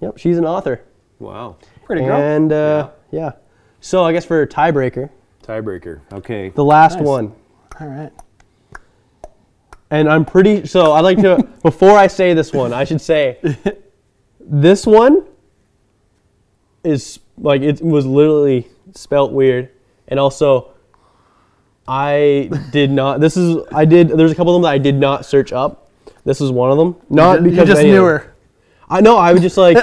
Yep, she's an author.
Wow.
Pretty good.
And uh, yeah. so I guess for tiebreaker,
Tiebreaker. Okay.
the last
Nice.
one,
All right.
and I'm pretty. So I like to before I say this one, I should say this one is like it was literally spelt weird, and also I did not. This is I did. There's a couple of them that I did not search up. This is one of them. Not
You ju-
because uh,
you
of
just
any of
knew
them.
her.
I know. I was just like,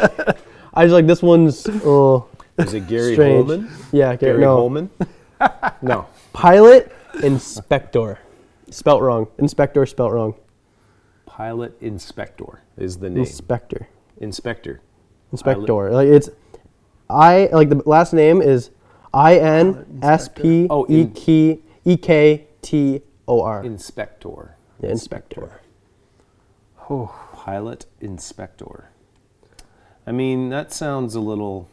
I was like, this one's uh,
Is it Gary
strange.
Holman?
Yeah, Gary,
Gary
no.
Holman? no.
Pilot inspector, spelt wrong. Inspector spelt wrong.
Pilot Inspector is the name.
Inspector.
Inspector.
Inspector. Like it's, I like the last name is I N S P
Oh,
E
in-
K E K T O R.
Inspector.
Yeah, inspector.
Oh,
Pilot Inspector. I mean, that sounds a little.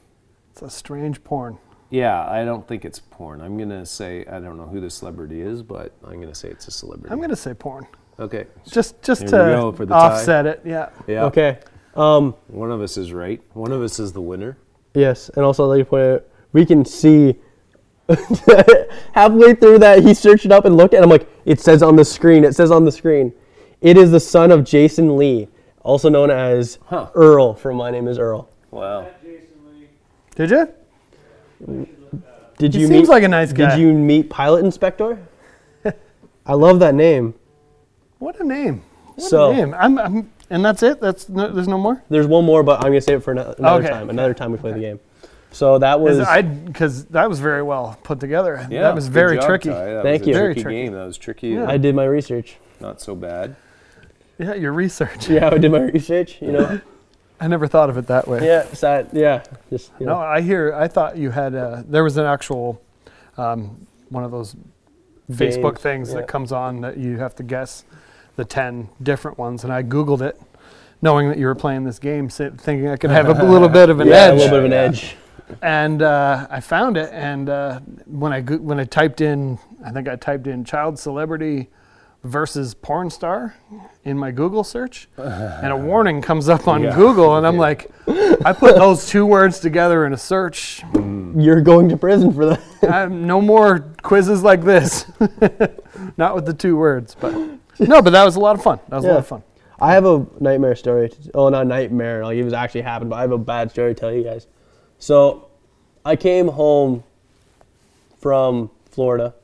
it's a strange porn.
Yeah, I don't think it's porn. I'm gonna say I don't know who the celebrity is, but I'm gonna say it's a celebrity.
I'm gonna say porn.
Okay.
Just just
Here
to
we go for the tie.
offset it. Yeah.
Yeah.
Okay. Um.
One of us is right. One of us is the winner.
Yes, and also I'd like to point out we can see. halfway through that he searched it up and looked at it. I'm like, it says on the screen, it says on the screen. It is the son of Jason Lee, also known as
Huh.
Earl from My Name is Earl.
Wow.
Did you?
Did
He
you
seems
meet,
like a nice guy.
Did you meet Pilot Inspector? I love that name.
What a name. What
So-
a name. I'm, I'm and that's it. That's no, there's no more.
There's one more, but I'm gonna save it for ano- another
Okay,
time.
okay,
Another time we play the game. So that was.
Is- I because that was very well put together.
Yeah.
that was
good
very
job,
tricky.
Ty. That
Thank
was a
you.
Very
tricky,
tricky.
game. That was tricky. and
I did my research.
Not so bad.
Yeah, your research.
Yeah, I did my research. You know.
I never thought of it that way.
yeah. Sad. Yeah. Just. You know.
No, I hear. I thought you had. Uh, there was an actual, um, one of those Facebook
Games,
things
yeah.
that comes on that you have to guess the ten different ones, and I Googled it, knowing that you were playing this game, si- thinking I could have a little bit of an
yeah,
edge.
a little bit of an edge.
and uh, I found it. And uh, when I goo- when I typed in, I think I typed in child celebrity versus porn star in my Google search, and a warning comes up on
Yeah.
Google, and I'm
Yeah.
like, I put those two words together in a search.
You're going to prison for that.
I'm, no more quizzes like this. Not with the two words, but no. But that was a lot of fun. That was a lot of
Yeah.
fun.
I have a nightmare story. To, oh, not nightmare. Like it was actually happened, but I have a bad story to tell you guys. So, I came home from Florida,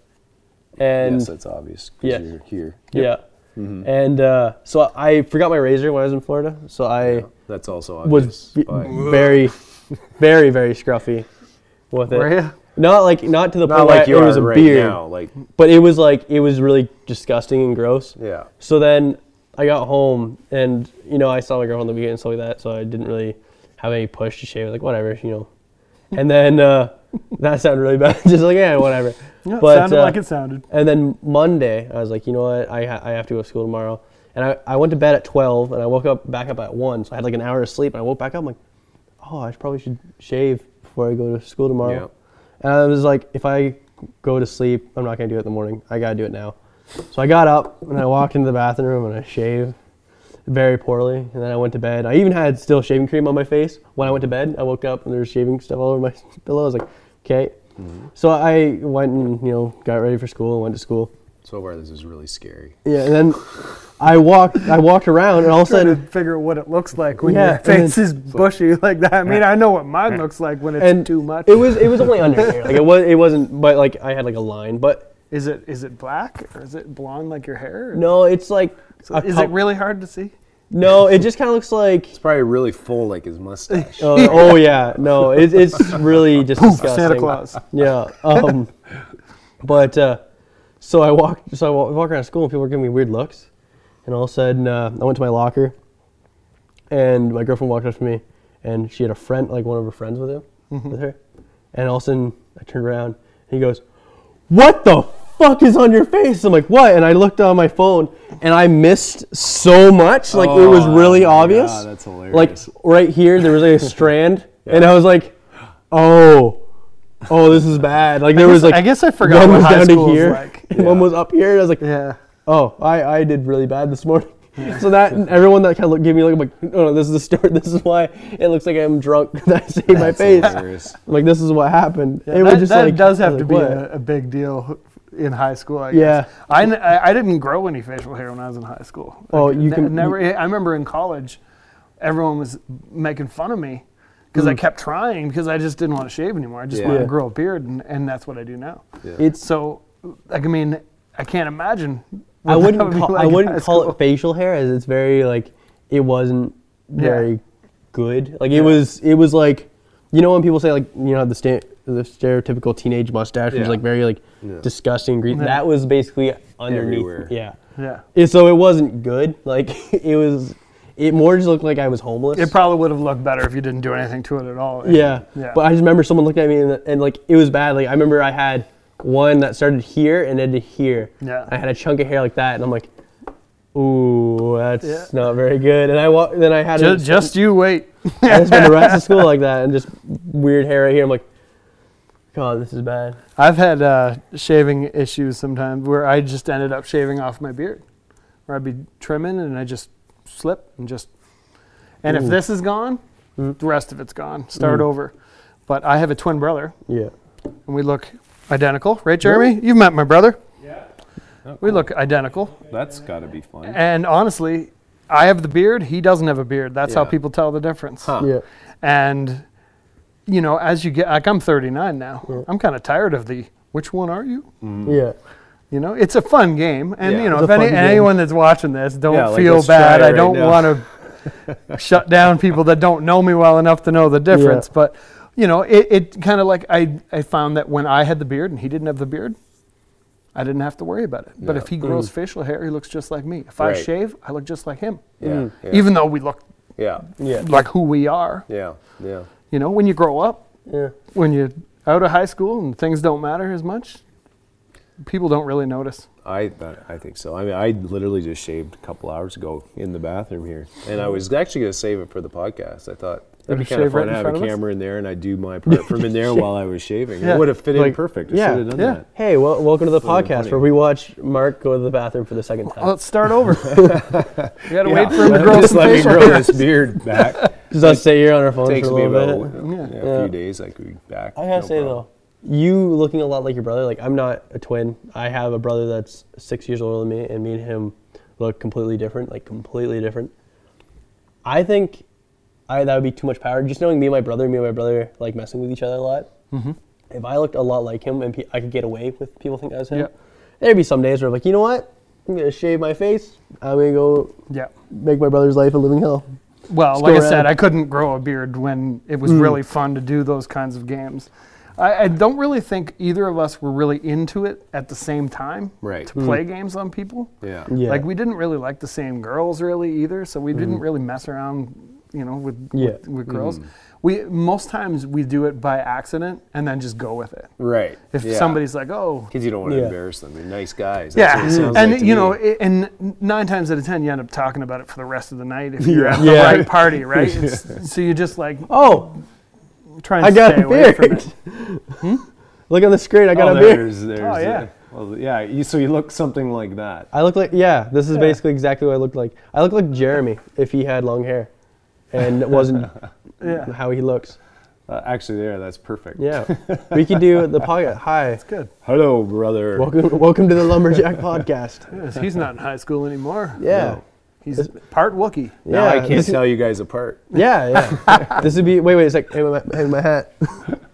and
yes, that's obvious. 'cause
Yes.
You're here.
yeah, and uh, so I forgot my razor when I was in Florida. So I
That's also
was
obvious.
v-
but-
very, very, very scruffy with it.
Were ya?
Not like not to the
not
point
like
that
you
it
are
was a
right
beard,
now. Like
but it was like it was really disgusting and gross.
yeah.
So then I got home and you know I saw my girl on the weekend and stuff like that, so I didn't really have any push to shave. Like whatever, you know. and then uh, that sounded really bad. Just like yeah, whatever.
Yeah, it
But,
sounded
uh,
like it sounded.
And then Monday, I was like, you know what? I, ha- I have to go to school tomorrow. And I, I went to bed at 12 and I woke up back up at 1. So I had like an hour of sleep. And I woke back up. I'm like, oh, I probably should shave before I go to school tomorrow. And I was like, if I go to sleep, I'm not going to do it in the morning. I got to do it now. So I got up and I walked into the bathroom and I shaved very poorly. And then I went to bed. I even had still shaving cream on my face. When I went to bed, I woke up and there was shaving stuff all over my pillow. I was like, okay. So I went and, you know, got ready for school and went to school.
So far, this is really scary.
Yeah, and then I walked I walked around and all of a
Trying to
sudden
figure out what it looks like when
Yeah,
your
and then-
face is bushy like that. I mean, I know what mine looks like when it's
and
too much.
It was it was only under here. Like it was it wasn't but like I had like a line, but
is it is it black or is it blonde like your hair?
no, it's like a
Is
cou-
it really hard to see?
No, it just kind of looks like
It's probably really full, like his mustache.
uh, oh yeah, no, it, it's really just disgusting.
Santa Claus.
Yeah. Um, but uh, so I walked so I wa- walk around school and people were giving me weird looks, and all of a sudden uh, I went to my locker, and my girlfriend walked up to me, and she had a friend like one of her friends with him
Mm-hmm.
with her, and all of a sudden I turned around and he goes, "What the fuck is on your face?" I'm like, "What?" And I looked on my phone and I missed so much, like it was
Oh,
really
my God,
obvious.
that's
Like
hilarious.
right here, there was like a strand, and I was like, "Oh." Oh, this is bad. Like there
guess-
was like
I guess I forgot
one
what
was
high
down
school
to
was
here,
like.
and one
Yeah.
was up here. And I was like,
Yeah.
oh, I, I did really bad this morning. so that and everyone that kind of gave me a look, I'm like, oh, no, this is the story. This is why it looks like I'm drunk. that I see my face.
hilarious.
I'm like this is what happened.
Yeah,
it was
that,
just
that
like-
does
I
have
was
to be
like, what?
a, a big deal in high school. I
Yeah.
guess. I, n- I- I didn't grow any facial hair when I was in high school.
Oh,
Like,
you
ne-
can-
never. I remember in college, everyone was making fun of me because
Hmm.
I kept trying because I just didn't want to shave anymore. I just wanted
Yeah.
to grow a beard, and, and that's what I do now.
It's
So, like, I mean, I can't imagine. what
I
that
wouldn't
would be
call,
like
I
in
wouldn't
high
call
school.
it facial hair as it's very like it wasn't
Yeah.
very good. Like it was it was like you know when people say like you know the sta- the stereotypical teenage mustache was
Yeah.
like very like
Yeah.
disgusting green.
Yeah.
That was basically underneath.
Everywhere.
Yeah.
Yeah.
It- so it wasn't good. Like it was it more just looked like I was homeless.
It probably would have looked better if you didn't do anything to it at all.
Yeah.
Yeah.
But I just remember someone looked at me and, and like it was bad. Like I remember I had one that started here and ended here.
Yeah.
I had a chunk of hair like that, and I'm like, ooh, that's
Yeah.
not very good. And I wa- then I had
Ju-
it-
just, you wait.
I just spent the rest of school like that, and just weird hair right here. I'm like, God, this is bad.
I've had uh, shaving issues sometimes where I just ended up shaving off my beard, where I'd be trimming and I just slip and just. And
Ooh.
if this is gone, the rest of it's gone. Start
Mm.
over. But I have a twin brother,
Yeah.
and we look identical, right, Jeremy? You've met my brother. Yeah. We look identical,
That's got to be fun.
and honestly, I have the beard. He doesn't have a beard. That's how
Yeah.
people tell the difference.
Huh.
Yeah.
And you know, as you get like I'm 39 now, I'm kind of tired of the which one are you?
Yeah.
You know, it's a fun game, and
Yeah.
you know,
It's
if
a
any,
fun game.
anyone that's watching this, don't
Yeah, like,
feel
let's try
bad.
it
I
right
don't
now.
want to shut down people that don't know me well enough to know the difference.
Yeah.
But you know, it, it kind of like I, I found that when I had the beard and he didn't have the beard, I didn't have to worry about it. But
Yeah. Mm.
if he grows facial hair, he looks just like me. If
Right.
I shave, I look just like him,
Yeah. Yeah.
even though we look
yeah.
Yeah.
like who we are.
Yeah. Yeah.
You know, when you grow up,
Yeah.
when you're out of high school and things don't matter as much, people don't really notice.
I that, I think so. I mean, I literally just shaved a couple hours ago in the bathroom here, and I was actually going to save it for the podcast. I thought
Gonna
that'd be kind of
shave right
fun to
in
have
front
a
of us?
camera in there, and I do my part from in there while I was shaving.
Yeah.
It would have fit in
Like,
perfect. I
yeah,
should have done
yeah.
that.
Hey, well, welcome to the
Really
podcast
funny.
where we watch Mark go to the bathroom for the second time.
Let's start over. you gotta wait for him to
Let-
grow
just
some
let me
facial
grow
hair.
this beard back.
Just us sit here on our phones
takes
for a
me
little
about
bit.
Yeah.
yeah,
Yeah.
a few days. I could be back.
I gotta
no
say
problem.
though, you looking a lot like your brother. Like I'm not a twin. I have a brother that's six years older than me, and me and him look completely different. Like completely different. I think I that would be too much power. Just knowing me and my brother, me and my brother like messing with each other a lot.
Mm-hmm.
If I looked a lot like him, and pe- I could get away with people think I was him,
Yeah.
there'd be some days where I'm like, you know what? I'm gonna shave my face. I'm gonna go
Yeah.
make my brother's life a living hell.
Well,
Let's
like
go
I said,
around.
I couldn't grow a beard when it
Hmm.
was really fun to do those kinds of games. I, I don't really think either of us were really into it at the same time
Right. Hmm.
to play games on people.
Yeah.
Yeah.
Hmm.
Like we didn't really like the same girls really either, so we didn't really mess around you know, with
Yeah.
with, with girls. We most times we do it by accident and then just go with it.
Right.
If somebody's like, "Oh,
Because you don't want to
Yeah.
embarrass them. They're nice guys. That's
yeah,
what it sounds
and
like to
you know,
me.
i and nine times out of ten, you end up talking about it for the rest of the night if you're at the
Yeah.
right party, right? It's, so you're just like
Oh,
trying to
I got
stay
a
away from
beard.
it.
Look on the screen. I got
oh,
a beard.
there's, there's,
Oh, yeah.
the- well, yeah. You, so you look something like that.
I look like yeah. This is basically exactly what I looked like. I look like Jeremy if he had long hair, and it wasn't
Yeah,
how he looks.
Uh, actually, there, that's perfect.
Yeah, we could do the podcast. Hi,
good.
Hello, brother.
welcome, welcome to the Lumberjack Podcast.
Yes, He's not in high school anymore.
Yeah,
he's part Wookiee.
Now
yeah.
I can't
this is-
tell you guys apart.
yeah, yeah. this would be wait, wait a sec. Hey, my, hey, my hat.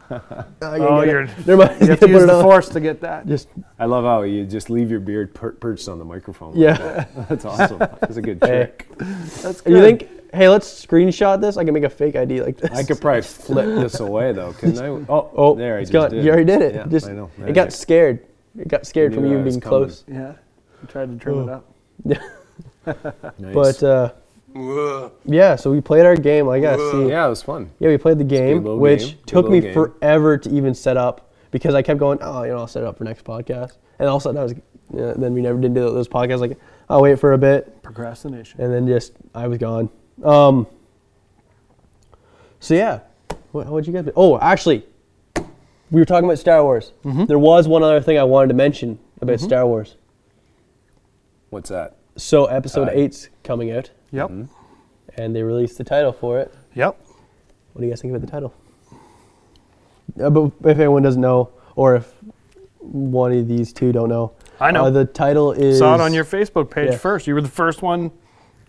I gotta
Oh,
get it.
you're-
Never mind.
You have to
Put
use
it
the
on.
force to get that.
Just
I love how you just leave your beard per- perched on the microphone. like
yeah.
that. That's awesome. That's a good trick.
That's good.
You think? Hey, let's screenshot this. I can make a fake ID like this.
I could probably flip this away though, couldn't I? Oh,
Oh,
there I
it's
just
gone.
did.
You already did it.
Yeah,
just
I know.
it got
Magic.
scared. It got scared from
Knew
you
I was
being
coming.
close.
Yeah, I tried to trim it up.
Nice.
But uh, yeah, so we played our game. I gotta see. Yeah.
yeah, it was fun.
we played the game,
little
which
game. Good
took
little
me
game.
forever to even set up because I kept going. Oh, you know, I'll set it up for next podcast. And all of a sudden, I was. Yeah, then we never did do those podcasts. Like, I'll wait for a bit,
Procrastination.
and then just I was gone. Um. So yeah, what, what'd you guys? Do? Oh, actually, we were talking about Star Wars.
Mm-hmm.
There was one other thing I wanted to mention about Star Wars.
What's that?
So Episode
Aye.
Eight's coming out,
Yep.
Mm-hmm. and they released the title for it.
Yep.
What do you guys think about the title? Uh, but if anyone doesn't know, or if one of these two don't know,
I know.
Uh, the title is.
Saw it on your Facebook page
Yeah.
first. You were the first one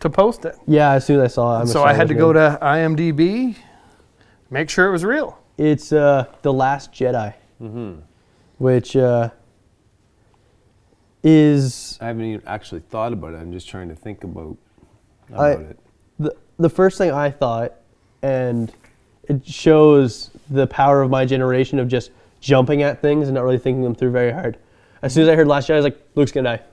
to post it.
Yeah, as soon as I saw it, I'm a
so I
Star
had to
Wars
go
man.
to IMDb, make sure it was real.
It's uh, the Last Jedi, which uh, is
I haven't even actually thought about it. I'm just trying to think about about
I-
it.
the the first thing I thought, and it shows the power of my generation of just jumping at things and not really thinking them through very hard. As soon as I heard Last Jedi, I was like, Luke's gonna die,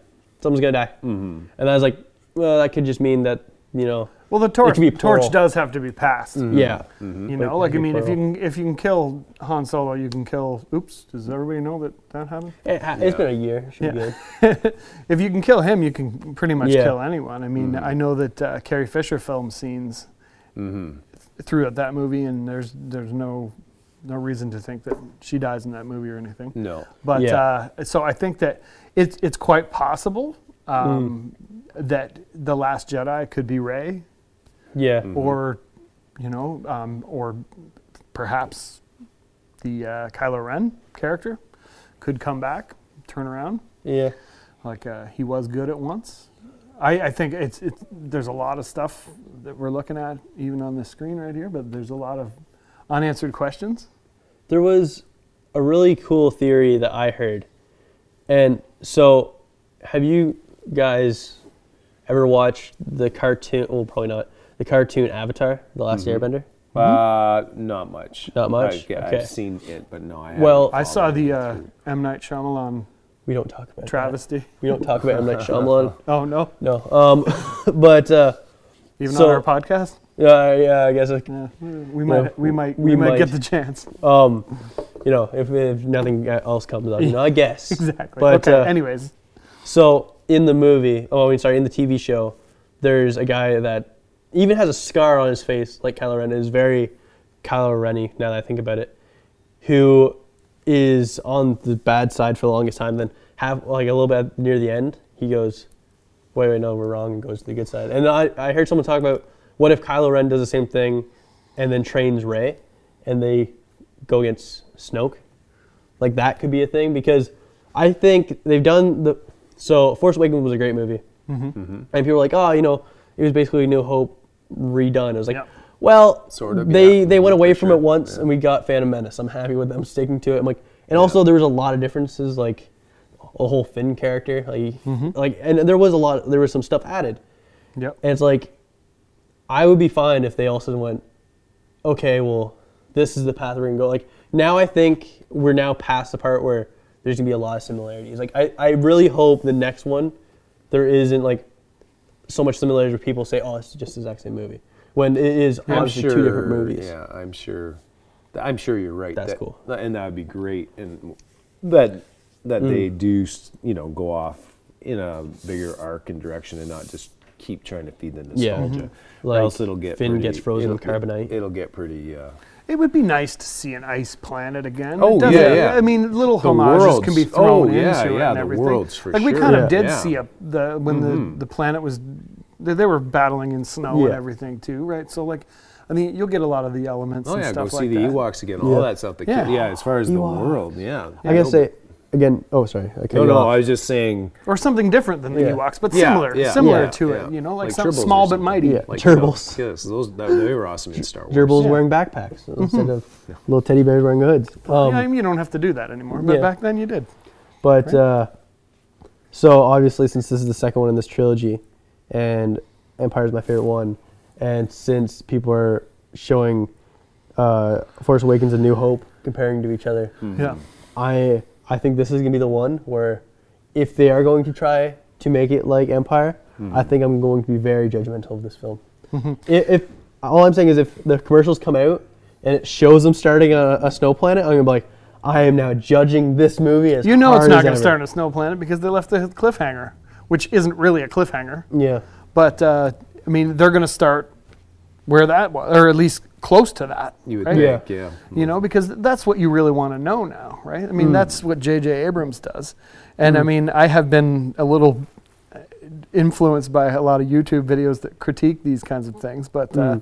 someone's gonna die, and I was like, well, that could just mean that you know,
Well, the torch
could be Mm-hmm.
torch
plural.
does have to be passed.
yeah,
You know,
Like,
like I
it could be
mean, if you
plural.
can if you can kill Han Solo, you can kill. Oops, does everybody know that that happened?
It, ha- it's been a year, it should be
Yeah.
good.
If you can kill him, you can pretty much
Yeah. Mm.
kill anyone. I mean, I know that uh, Carrie Fisher filmed scenes
Mm-hmm.
th- throughout that movie, and there's there's no no reason to think that she dies in that movie or anything.
No.
But
Mm. Yeah.
uh, so I think that it's it's quite possible
Mm.
um, that the Last Jedi could be Ray,
Yeah,
or you know, um, or perhaps the uh, Kylo Ren character could come back, turn around
yeah,
like uh, he was good at once. I, I think it's, it's there's a lot of stuff that we're looking at even on this screen right here, but there's a lot of unanswered questions.
there was a really cool theory that I heard. And so, have you guys ever watched the cartoon? Well, probably not. The cartoon Avatar, The Last Airbender?
Uh, not much.
Hmm? Not much?
I, yeah,
Okay.
I've seen it, but no, I haven't.
Well-
I saw
followed
the
it
uh,
through.
M Night Shyamalan
We don't talk about
travesty.
That. We don't talk about M. Night Shyamalan.
Oh no,
No. Um, but, uh,
even
So-
on our podcast,
yeah, yeah, I guess, it-
yeah, we might we might we,
we
might, get
might.
the chance.
um, you know, if, if nothing else comes up, you know, I guess.
exactly.
But,
okay.
uh,
Anyways,
So in the movie, oh, I mean, sorry, in the TV show, there's a guy that even has a scar on his face, like Kylo Ren. Is very Kylo Renny now that I think about it, who is on the bad side for the longest time. Then have like a little bit near the end, he goes, "Wait, wait, no, we're wrong," and goes to the good side. And I, I heard someone talk about what if Kylo Ren does the same thing, and then trains Rey, and they go against Snoke like that could be a thing because I think they've done the so Force Awakens was a great movie, and people were like, oh, you know, it was basically New Hope redone. It was like,
Yep.
well,
Sort of,
They
yeah,
they went
for
away from
sure,
it once, and we got Phantom Menace. I'm happy with them sticking to it. I'm like, and also there was a lot of differences, like a whole Finn character, like
Mm-hmm.
like, and there was a lot, there was some stuff added,
yep.
and it's like, I would be fine if they also went, okay, well, this is the path we're gonna go. Like now, I think we're now past the part where there's gonna be a lot of similarities. Like I, I really hope the next one, there isn't like so much similarities where people say, oh, it's just the exact same movie. when it is obviously two different movies.
Yeah, I'm sure. th- I'm sure you're right.
That's
That-
cool.
tha- and that would be great. And that that they
Mm.
do, s- you know, go off in a bigger arc and direction, and not just keep trying to feed the
Yeah. Mhm.
nostalgia. Or
Like
else it'll get
Finn
pretty,
gets frozen
it'll
with
get-
carbonite.
It'll get pretty. Uh,
It would be nice to see an ice planet again.
Oh,
It doesn't-
yeah, yeah.
I mean, little
The
homages can be
worlds.
thrown
Oh, yeah,
into it
yeah,
and
the
everything.
worlds for
like we
sure.
kind of
Yeah.
did
Yeah. Mm-hmm.
see a, the when the the planet was they, they were battling in snow and
Yeah.
everything too, right? So like, I mean, you'll get a lot of the elements
oh
and
yeah, go
stuff
see
like
the
that.
Ewoks again.
Yeah.
All that stuff. The
Yeah.
yeah. yeah, as far as the
Ewoks.
world. Yeah.
I gotta say again. Oh, sorry. I cut
No,
you
no.
off.
I was just saying.
or something different than the
Yeah.
Ewoks, but
Yeah,
similar,
yeah,
similar
yeah,
to
yeah.
it. You know, like,
Like
some
Tribbles or
small but
something.
mighty.
Yeah.
Like
Gerbils.
Yes, those that, they were awesome in Star Wars.
Gerbils
Yeah.
wearing backpacks instead of little teddy bears wearing hoods. Um,
yeah, I mean, you don't have to do that anymore, but
yeah.
back then you did.
But uh, so obviously, since this is the second one in this trilogy, and Empire is my favorite one, and since people are showing uh, Force Awakens and New Hope comparing to each other,
Yeah.
I I think this is gonna be the one where, if they are going to try to make it like Empire, I think I'm going to be very judgmental of this film. I- if, all I'm saying is if the commercials come out and it shows them starting on a, a snow planet, I'm gonna be like, I am now judging this movie as
You know, it's
hard
not
as
going to
ever."
start on a snow planet because they left the cliffhanger, which isn't really a cliffhanger.
Yeah,
But uh, I mean, they're going to start where that was, or at least close to that.
You would
right?
Yeah.
think. Yeah.
You know, because that's what you really want to know now, right? I mean, that's what J.J. Abrams does. And I mean, I have been a little uh, influenced by a lot of YouTube videos that critique these kinds of things, but uh,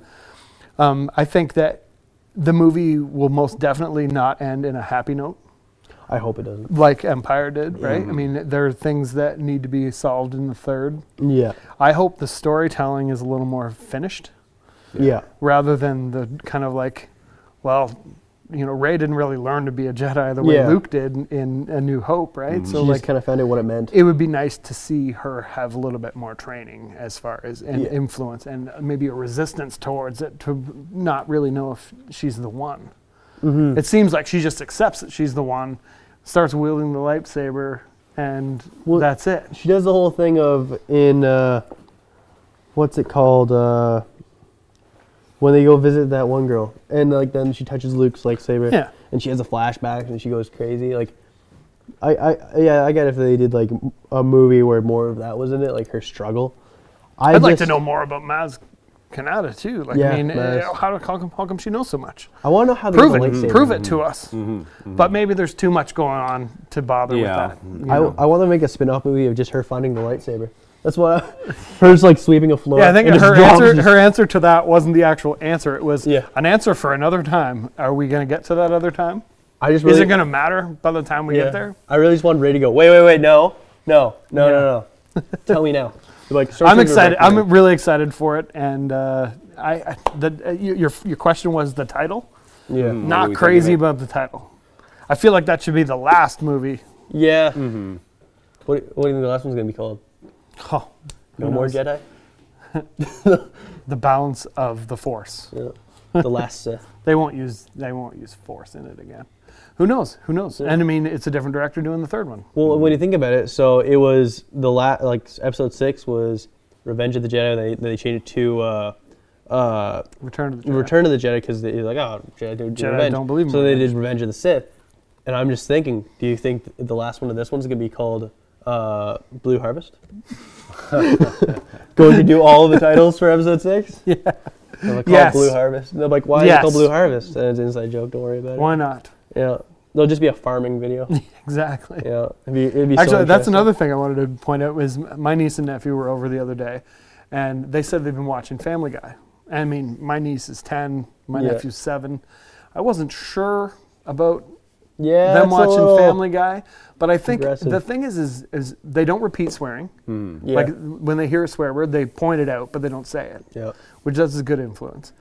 um, I think that the movie will most definitely not end in a happy note
I hope it doesn't.
like Empire did, right? I mean, there are things that need to be solved in the third.
Yeah,
I hope the storytelling is a little more finished
yeah,
rather than the kind of like, well, you know, Ray didn't really learn to be a Jedi the way
Yeah. Mm-hmm.
Luke did in, in A New Hope, right?
Mm.
So
she
like,
just kind of found out what it meant.
it would be nice to see her have a little bit more training as far as and
Yeah.
influence and maybe a resistance towards it to not really know if she's the one.
Mm-hmm.
It seems like she just accepts that she's the one, starts wielding the lightsaber, and
Well-
that's it.
she does the whole thing of in uh, what's it called uh, when they go visit that one girl and like then she touches Luke's like saber
Yeah.
and she has a flashback and she goes crazy like I, I yeah I get if they did like m- a movie where more of that was in it like her struggle I
I'd like to
just-
know more about Maz Kanata too. Like,
Yeah,
I mean, uh,
Maz.
how, how, come, how come she knows so much?
I want to know how they
Prove
got
it.
the lightsaber.
Prove it to us. But maybe there's too much going on to bother
Mm-hmm. Yeah.
with that.
Mhm.
you
I,
know?
I want to make a spin-off movie of just her finding the lightsaber that's what I, her just like sweeping a floor
Yeah, I think
and just
her
drops
answer,
it.
her answer to that wasn't the actual answer. It was
Yeah.
an answer for another time. Are we going to get to that other time?
I just
Is
really
it going to matter by the time we
Yeah.
get there?
I really just want Ray to go, wait, wait, wait, no, no, no,
Yeah.
no, no. Tell me now. You're like,
I'm excited. I'm really excited for it. And uh, I, I the, uh, you- your, your question was the title.
yeah.
Mm. do
Not
we think of
crazy
it?
about the title. I feel like that should be the last movie.
Yeah. What, what do you think the last one's going to be called?
Oh,
No
who
More
knows?
Jedi?
The balance of the force.
Yeah. the Last Sith.
They won't use. They won't use force in it again. Who knows? Who knows? And I mean, it's a different director doing the third one.
Well, when you think about it, so it was the last, like, episode six was Revenge of the Jedi. They, they changed it to uh, uh,
Return to the Jedi.
Return of the Jedi because they're like, oh, Jedi, don't do
Jedi
revenge.
don't believe in
So they
revenge.
did Revenge of the Sith, and I'm just thinking, do you think th- the last one of this one's gonna be called uh, Blue Harvest? Going to do all of the titles for episode six? Yeah. They're like, called
Yes.
Blue Harvest. And They're like, why is it called
Yes.
Blue Harvest? And it's an inside joke. Don't worry about it.
Why not?
Yeah. There'll just be a farming video.
Exactly.
yeah. It'd be, it'd be so
Actually, that's
interesting.
another thing I wanted to point out was m- my niece and nephew were over the other day, and they said they've been watching Family Guy. I mean, my niece is ten, my
Yeah.
nephew's seven. I wasn't sure about
Yeah.
them
it's a
watching
little-
Family Guy, but I think
aggressive. Hmm.
the thing is, is, is they don't repeat swearing.
Yeah.
Like when they hear a swear word, they point it out, but they don't say it.
yeah.
which does a good influence.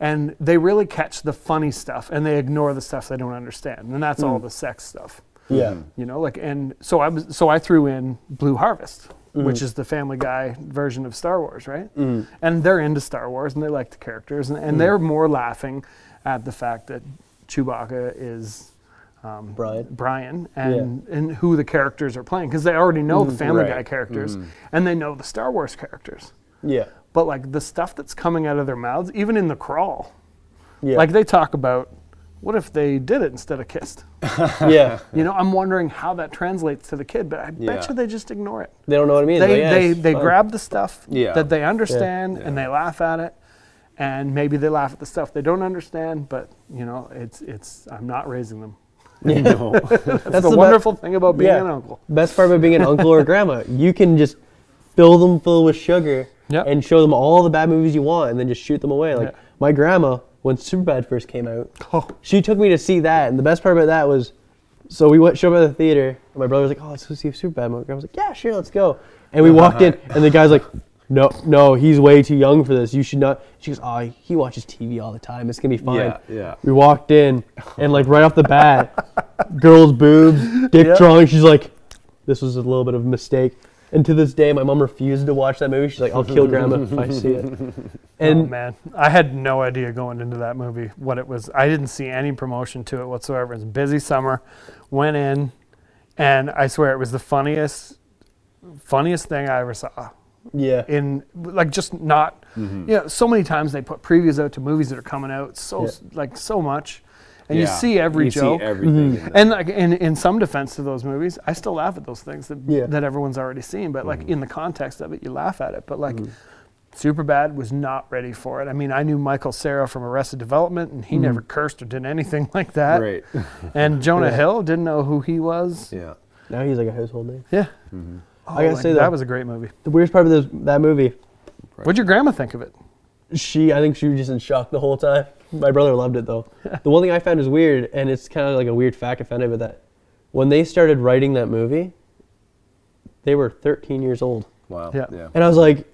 And they really catch the funny stuff and they ignore the stuff they don't understand. And that's all the sex stuff.
Yeah.
You know, like and so I was so I threw in Blue Harvest, which is the family guy version of Star Wars, right? And they're into Star Wars and they like the characters and, and they're more laughing at the fact that Chewbacca is um,
Brian.
Brian and, and who the characters are playing because they already know the Family
Right.
Guy characters and they know the Star Wars characters
Yeah.
but like the stuff that's coming out of their mouths, even in the crawl,
Yeah.
like they talk about what if they did it instead of kissed?
yeah.
You know, I'm wondering how that translates to the kid, but I bet
Yeah.
you they just ignore it.
They don't know what I mean.
They,
Like, yeah,
they,
it's
they
fun.
grab the stuff
Yeah.
that they understand
Yeah.
and they laugh at it. And maybe they laugh at the stuff they don't understand, but you know, it's, it's, I'm not raising them.
No.
That's,
That's
the,
the be-
wonderful thing about being
Yeah.
an uncle.
Best part about being an uncle or grandma, you can just fill them full with sugar
Yep.
and show them all the bad movies you want and then just shoot them away. Like
Yeah.
my grandma, when Superbad first came out,
Oh,
she took me to see that. And the best part about that was, so we went show up at the theater. And my brother was like, "Oh, let's go see Superbad." My grandma was like, "Yeah, sure, let's go." And we walked in, and the guy's like, "No, no, he's way too young for this. You should not." She goes, "Oh, he watches TV all the time. It's gonna be fine."
Yeah, yeah.
We walked in, and like right off the bat, girls' boobs, dick
Yeah.
drawn. She's like, "This was a little bit of a mistake." And to this day, my mom refused to watch that movie. She's like, "I'll kill grandma if I see it."
oh,
And
man, I had no idea going into that movie what it was. I didn't see any promotion to it whatsoever. It was a busy summer. Went in, and I swear it was the funniest, funniest thing I ever saw.
yeah,
In like just not, you know, so many times they put previews out to movies that are coming out. So
Yeah.
like so much, and you
Yeah.
see every
You
joke. Mm-hmm.
See everything. in that.
and like in, in some defense to those movies, I still laugh at those things that
Yeah. Mm-hmm.
that everyone's already seen. But like in the context of it, you laugh at it. But like, Superbad was not ready for it. I mean, I knew Michael Sarah from Arrested Development, and he
Mm-hmm.
never cursed or did anything like that.
Great.
And Jonah Hill didn't know who he was.
yeah.
now he's like a household name.
Yeah. Oh,
Mm-hmm. I gotta
like,
say
that,
though-
was a great movie.
The weirdest part of this, that movie
What'd your grandma think of it?
she I think she was just in shock the whole time. My brother loved it though. the one thing I found is weird, and it's kind of like a weird fact I found out about that. When they started writing that movie, they were 13 years old,
Wow.
Yeah.
Yeah.
and I was like,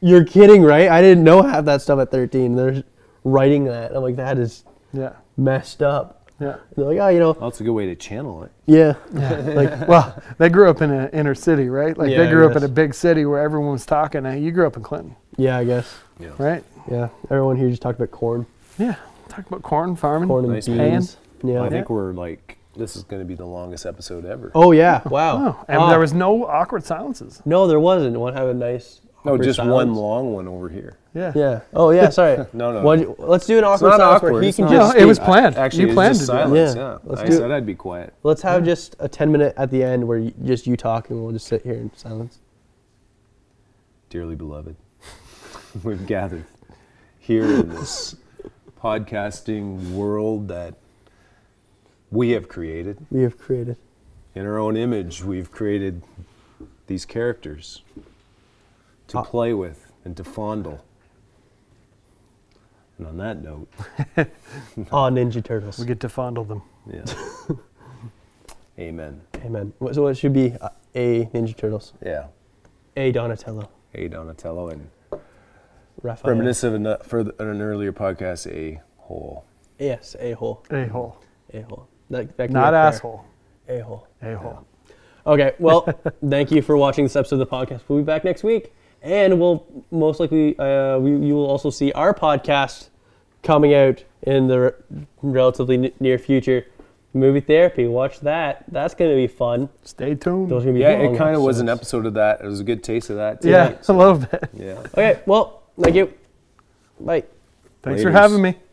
"You're kidding, right? I didn't know half that stuff at 13." They're writing that. I'm like, "That is
Yeah.
messed up."
Yeah.
And they're like, "Oh, you know,
Well, that's a good way to channel it.
yeah, like
Well, they grew up in an inner city, right? Like they
Yeah,
grew up
yes.
in a big city where everyone was talking. Hey, you grew up in Clinton,
yeah, I guess,
Yeah.
right?
yeah." Everyone here just talked about corn,
Yeah. Talk about corn farming.
corn and
Nice man.
beans. Yeah.
I think we're like, this is going to be the longest episode ever.
Oh yeah! Wow.
Oh, and
Ah.
there was no awkward silences.
no, there wasn't. One had a nice.
no,
awkward
just one
silence.
long one over here.
Yeah.
Yeah. Oh yeah. Sorry.
No, no,
Why
no.
don't you- let's do an awkward
not
silence where
awkward,
he
it's
can
not-
just.
No, it was
speak.
planned.
Actually,
you
it's
planned
just
to do it.
silence.
Yeah,
Yeah.
let's
I
do it.
said I'd be quiet.
Let's have just a ten minute at the end where you, just you talk and we'll just sit here in silence.
Dearly beloved, we've gathered here in this podcasting world that we have created.
We have created.
In our own image, we've created these characters to
Ah.
play with and to fondle. And on that note,
Ah, Ninja Turtles.
We get to fondle them.
yeah. Amen.
Amen. What- So it should be uh, a Ninja Turtles,
Yeah.
a Donatello,
Hey, Donatello, and
Raphael.
reminiscent of an, further, an earlier podcast, a hole.
Yes, a hole,
A hole.
a hole. That, that can
Not asshole.
A hole.
A hole.
Okay. Well, thank you for watching this episode of the podcast. We'll be back next week, and we'll most likely uh, we, you will also see our podcast coming out in the re- relatively n- near future. Movie therapy. Watch that. That's going to be fun.
Stay tuned.
Those are gonna be
Yeah,
long
it kind of was an
episodes.
episode of that. It was a good taste of that.
yeah,
tonight.
a little bit.
Yeah.
Okay. Well, thank you. Bye.
Thanks for
Laters.
having me.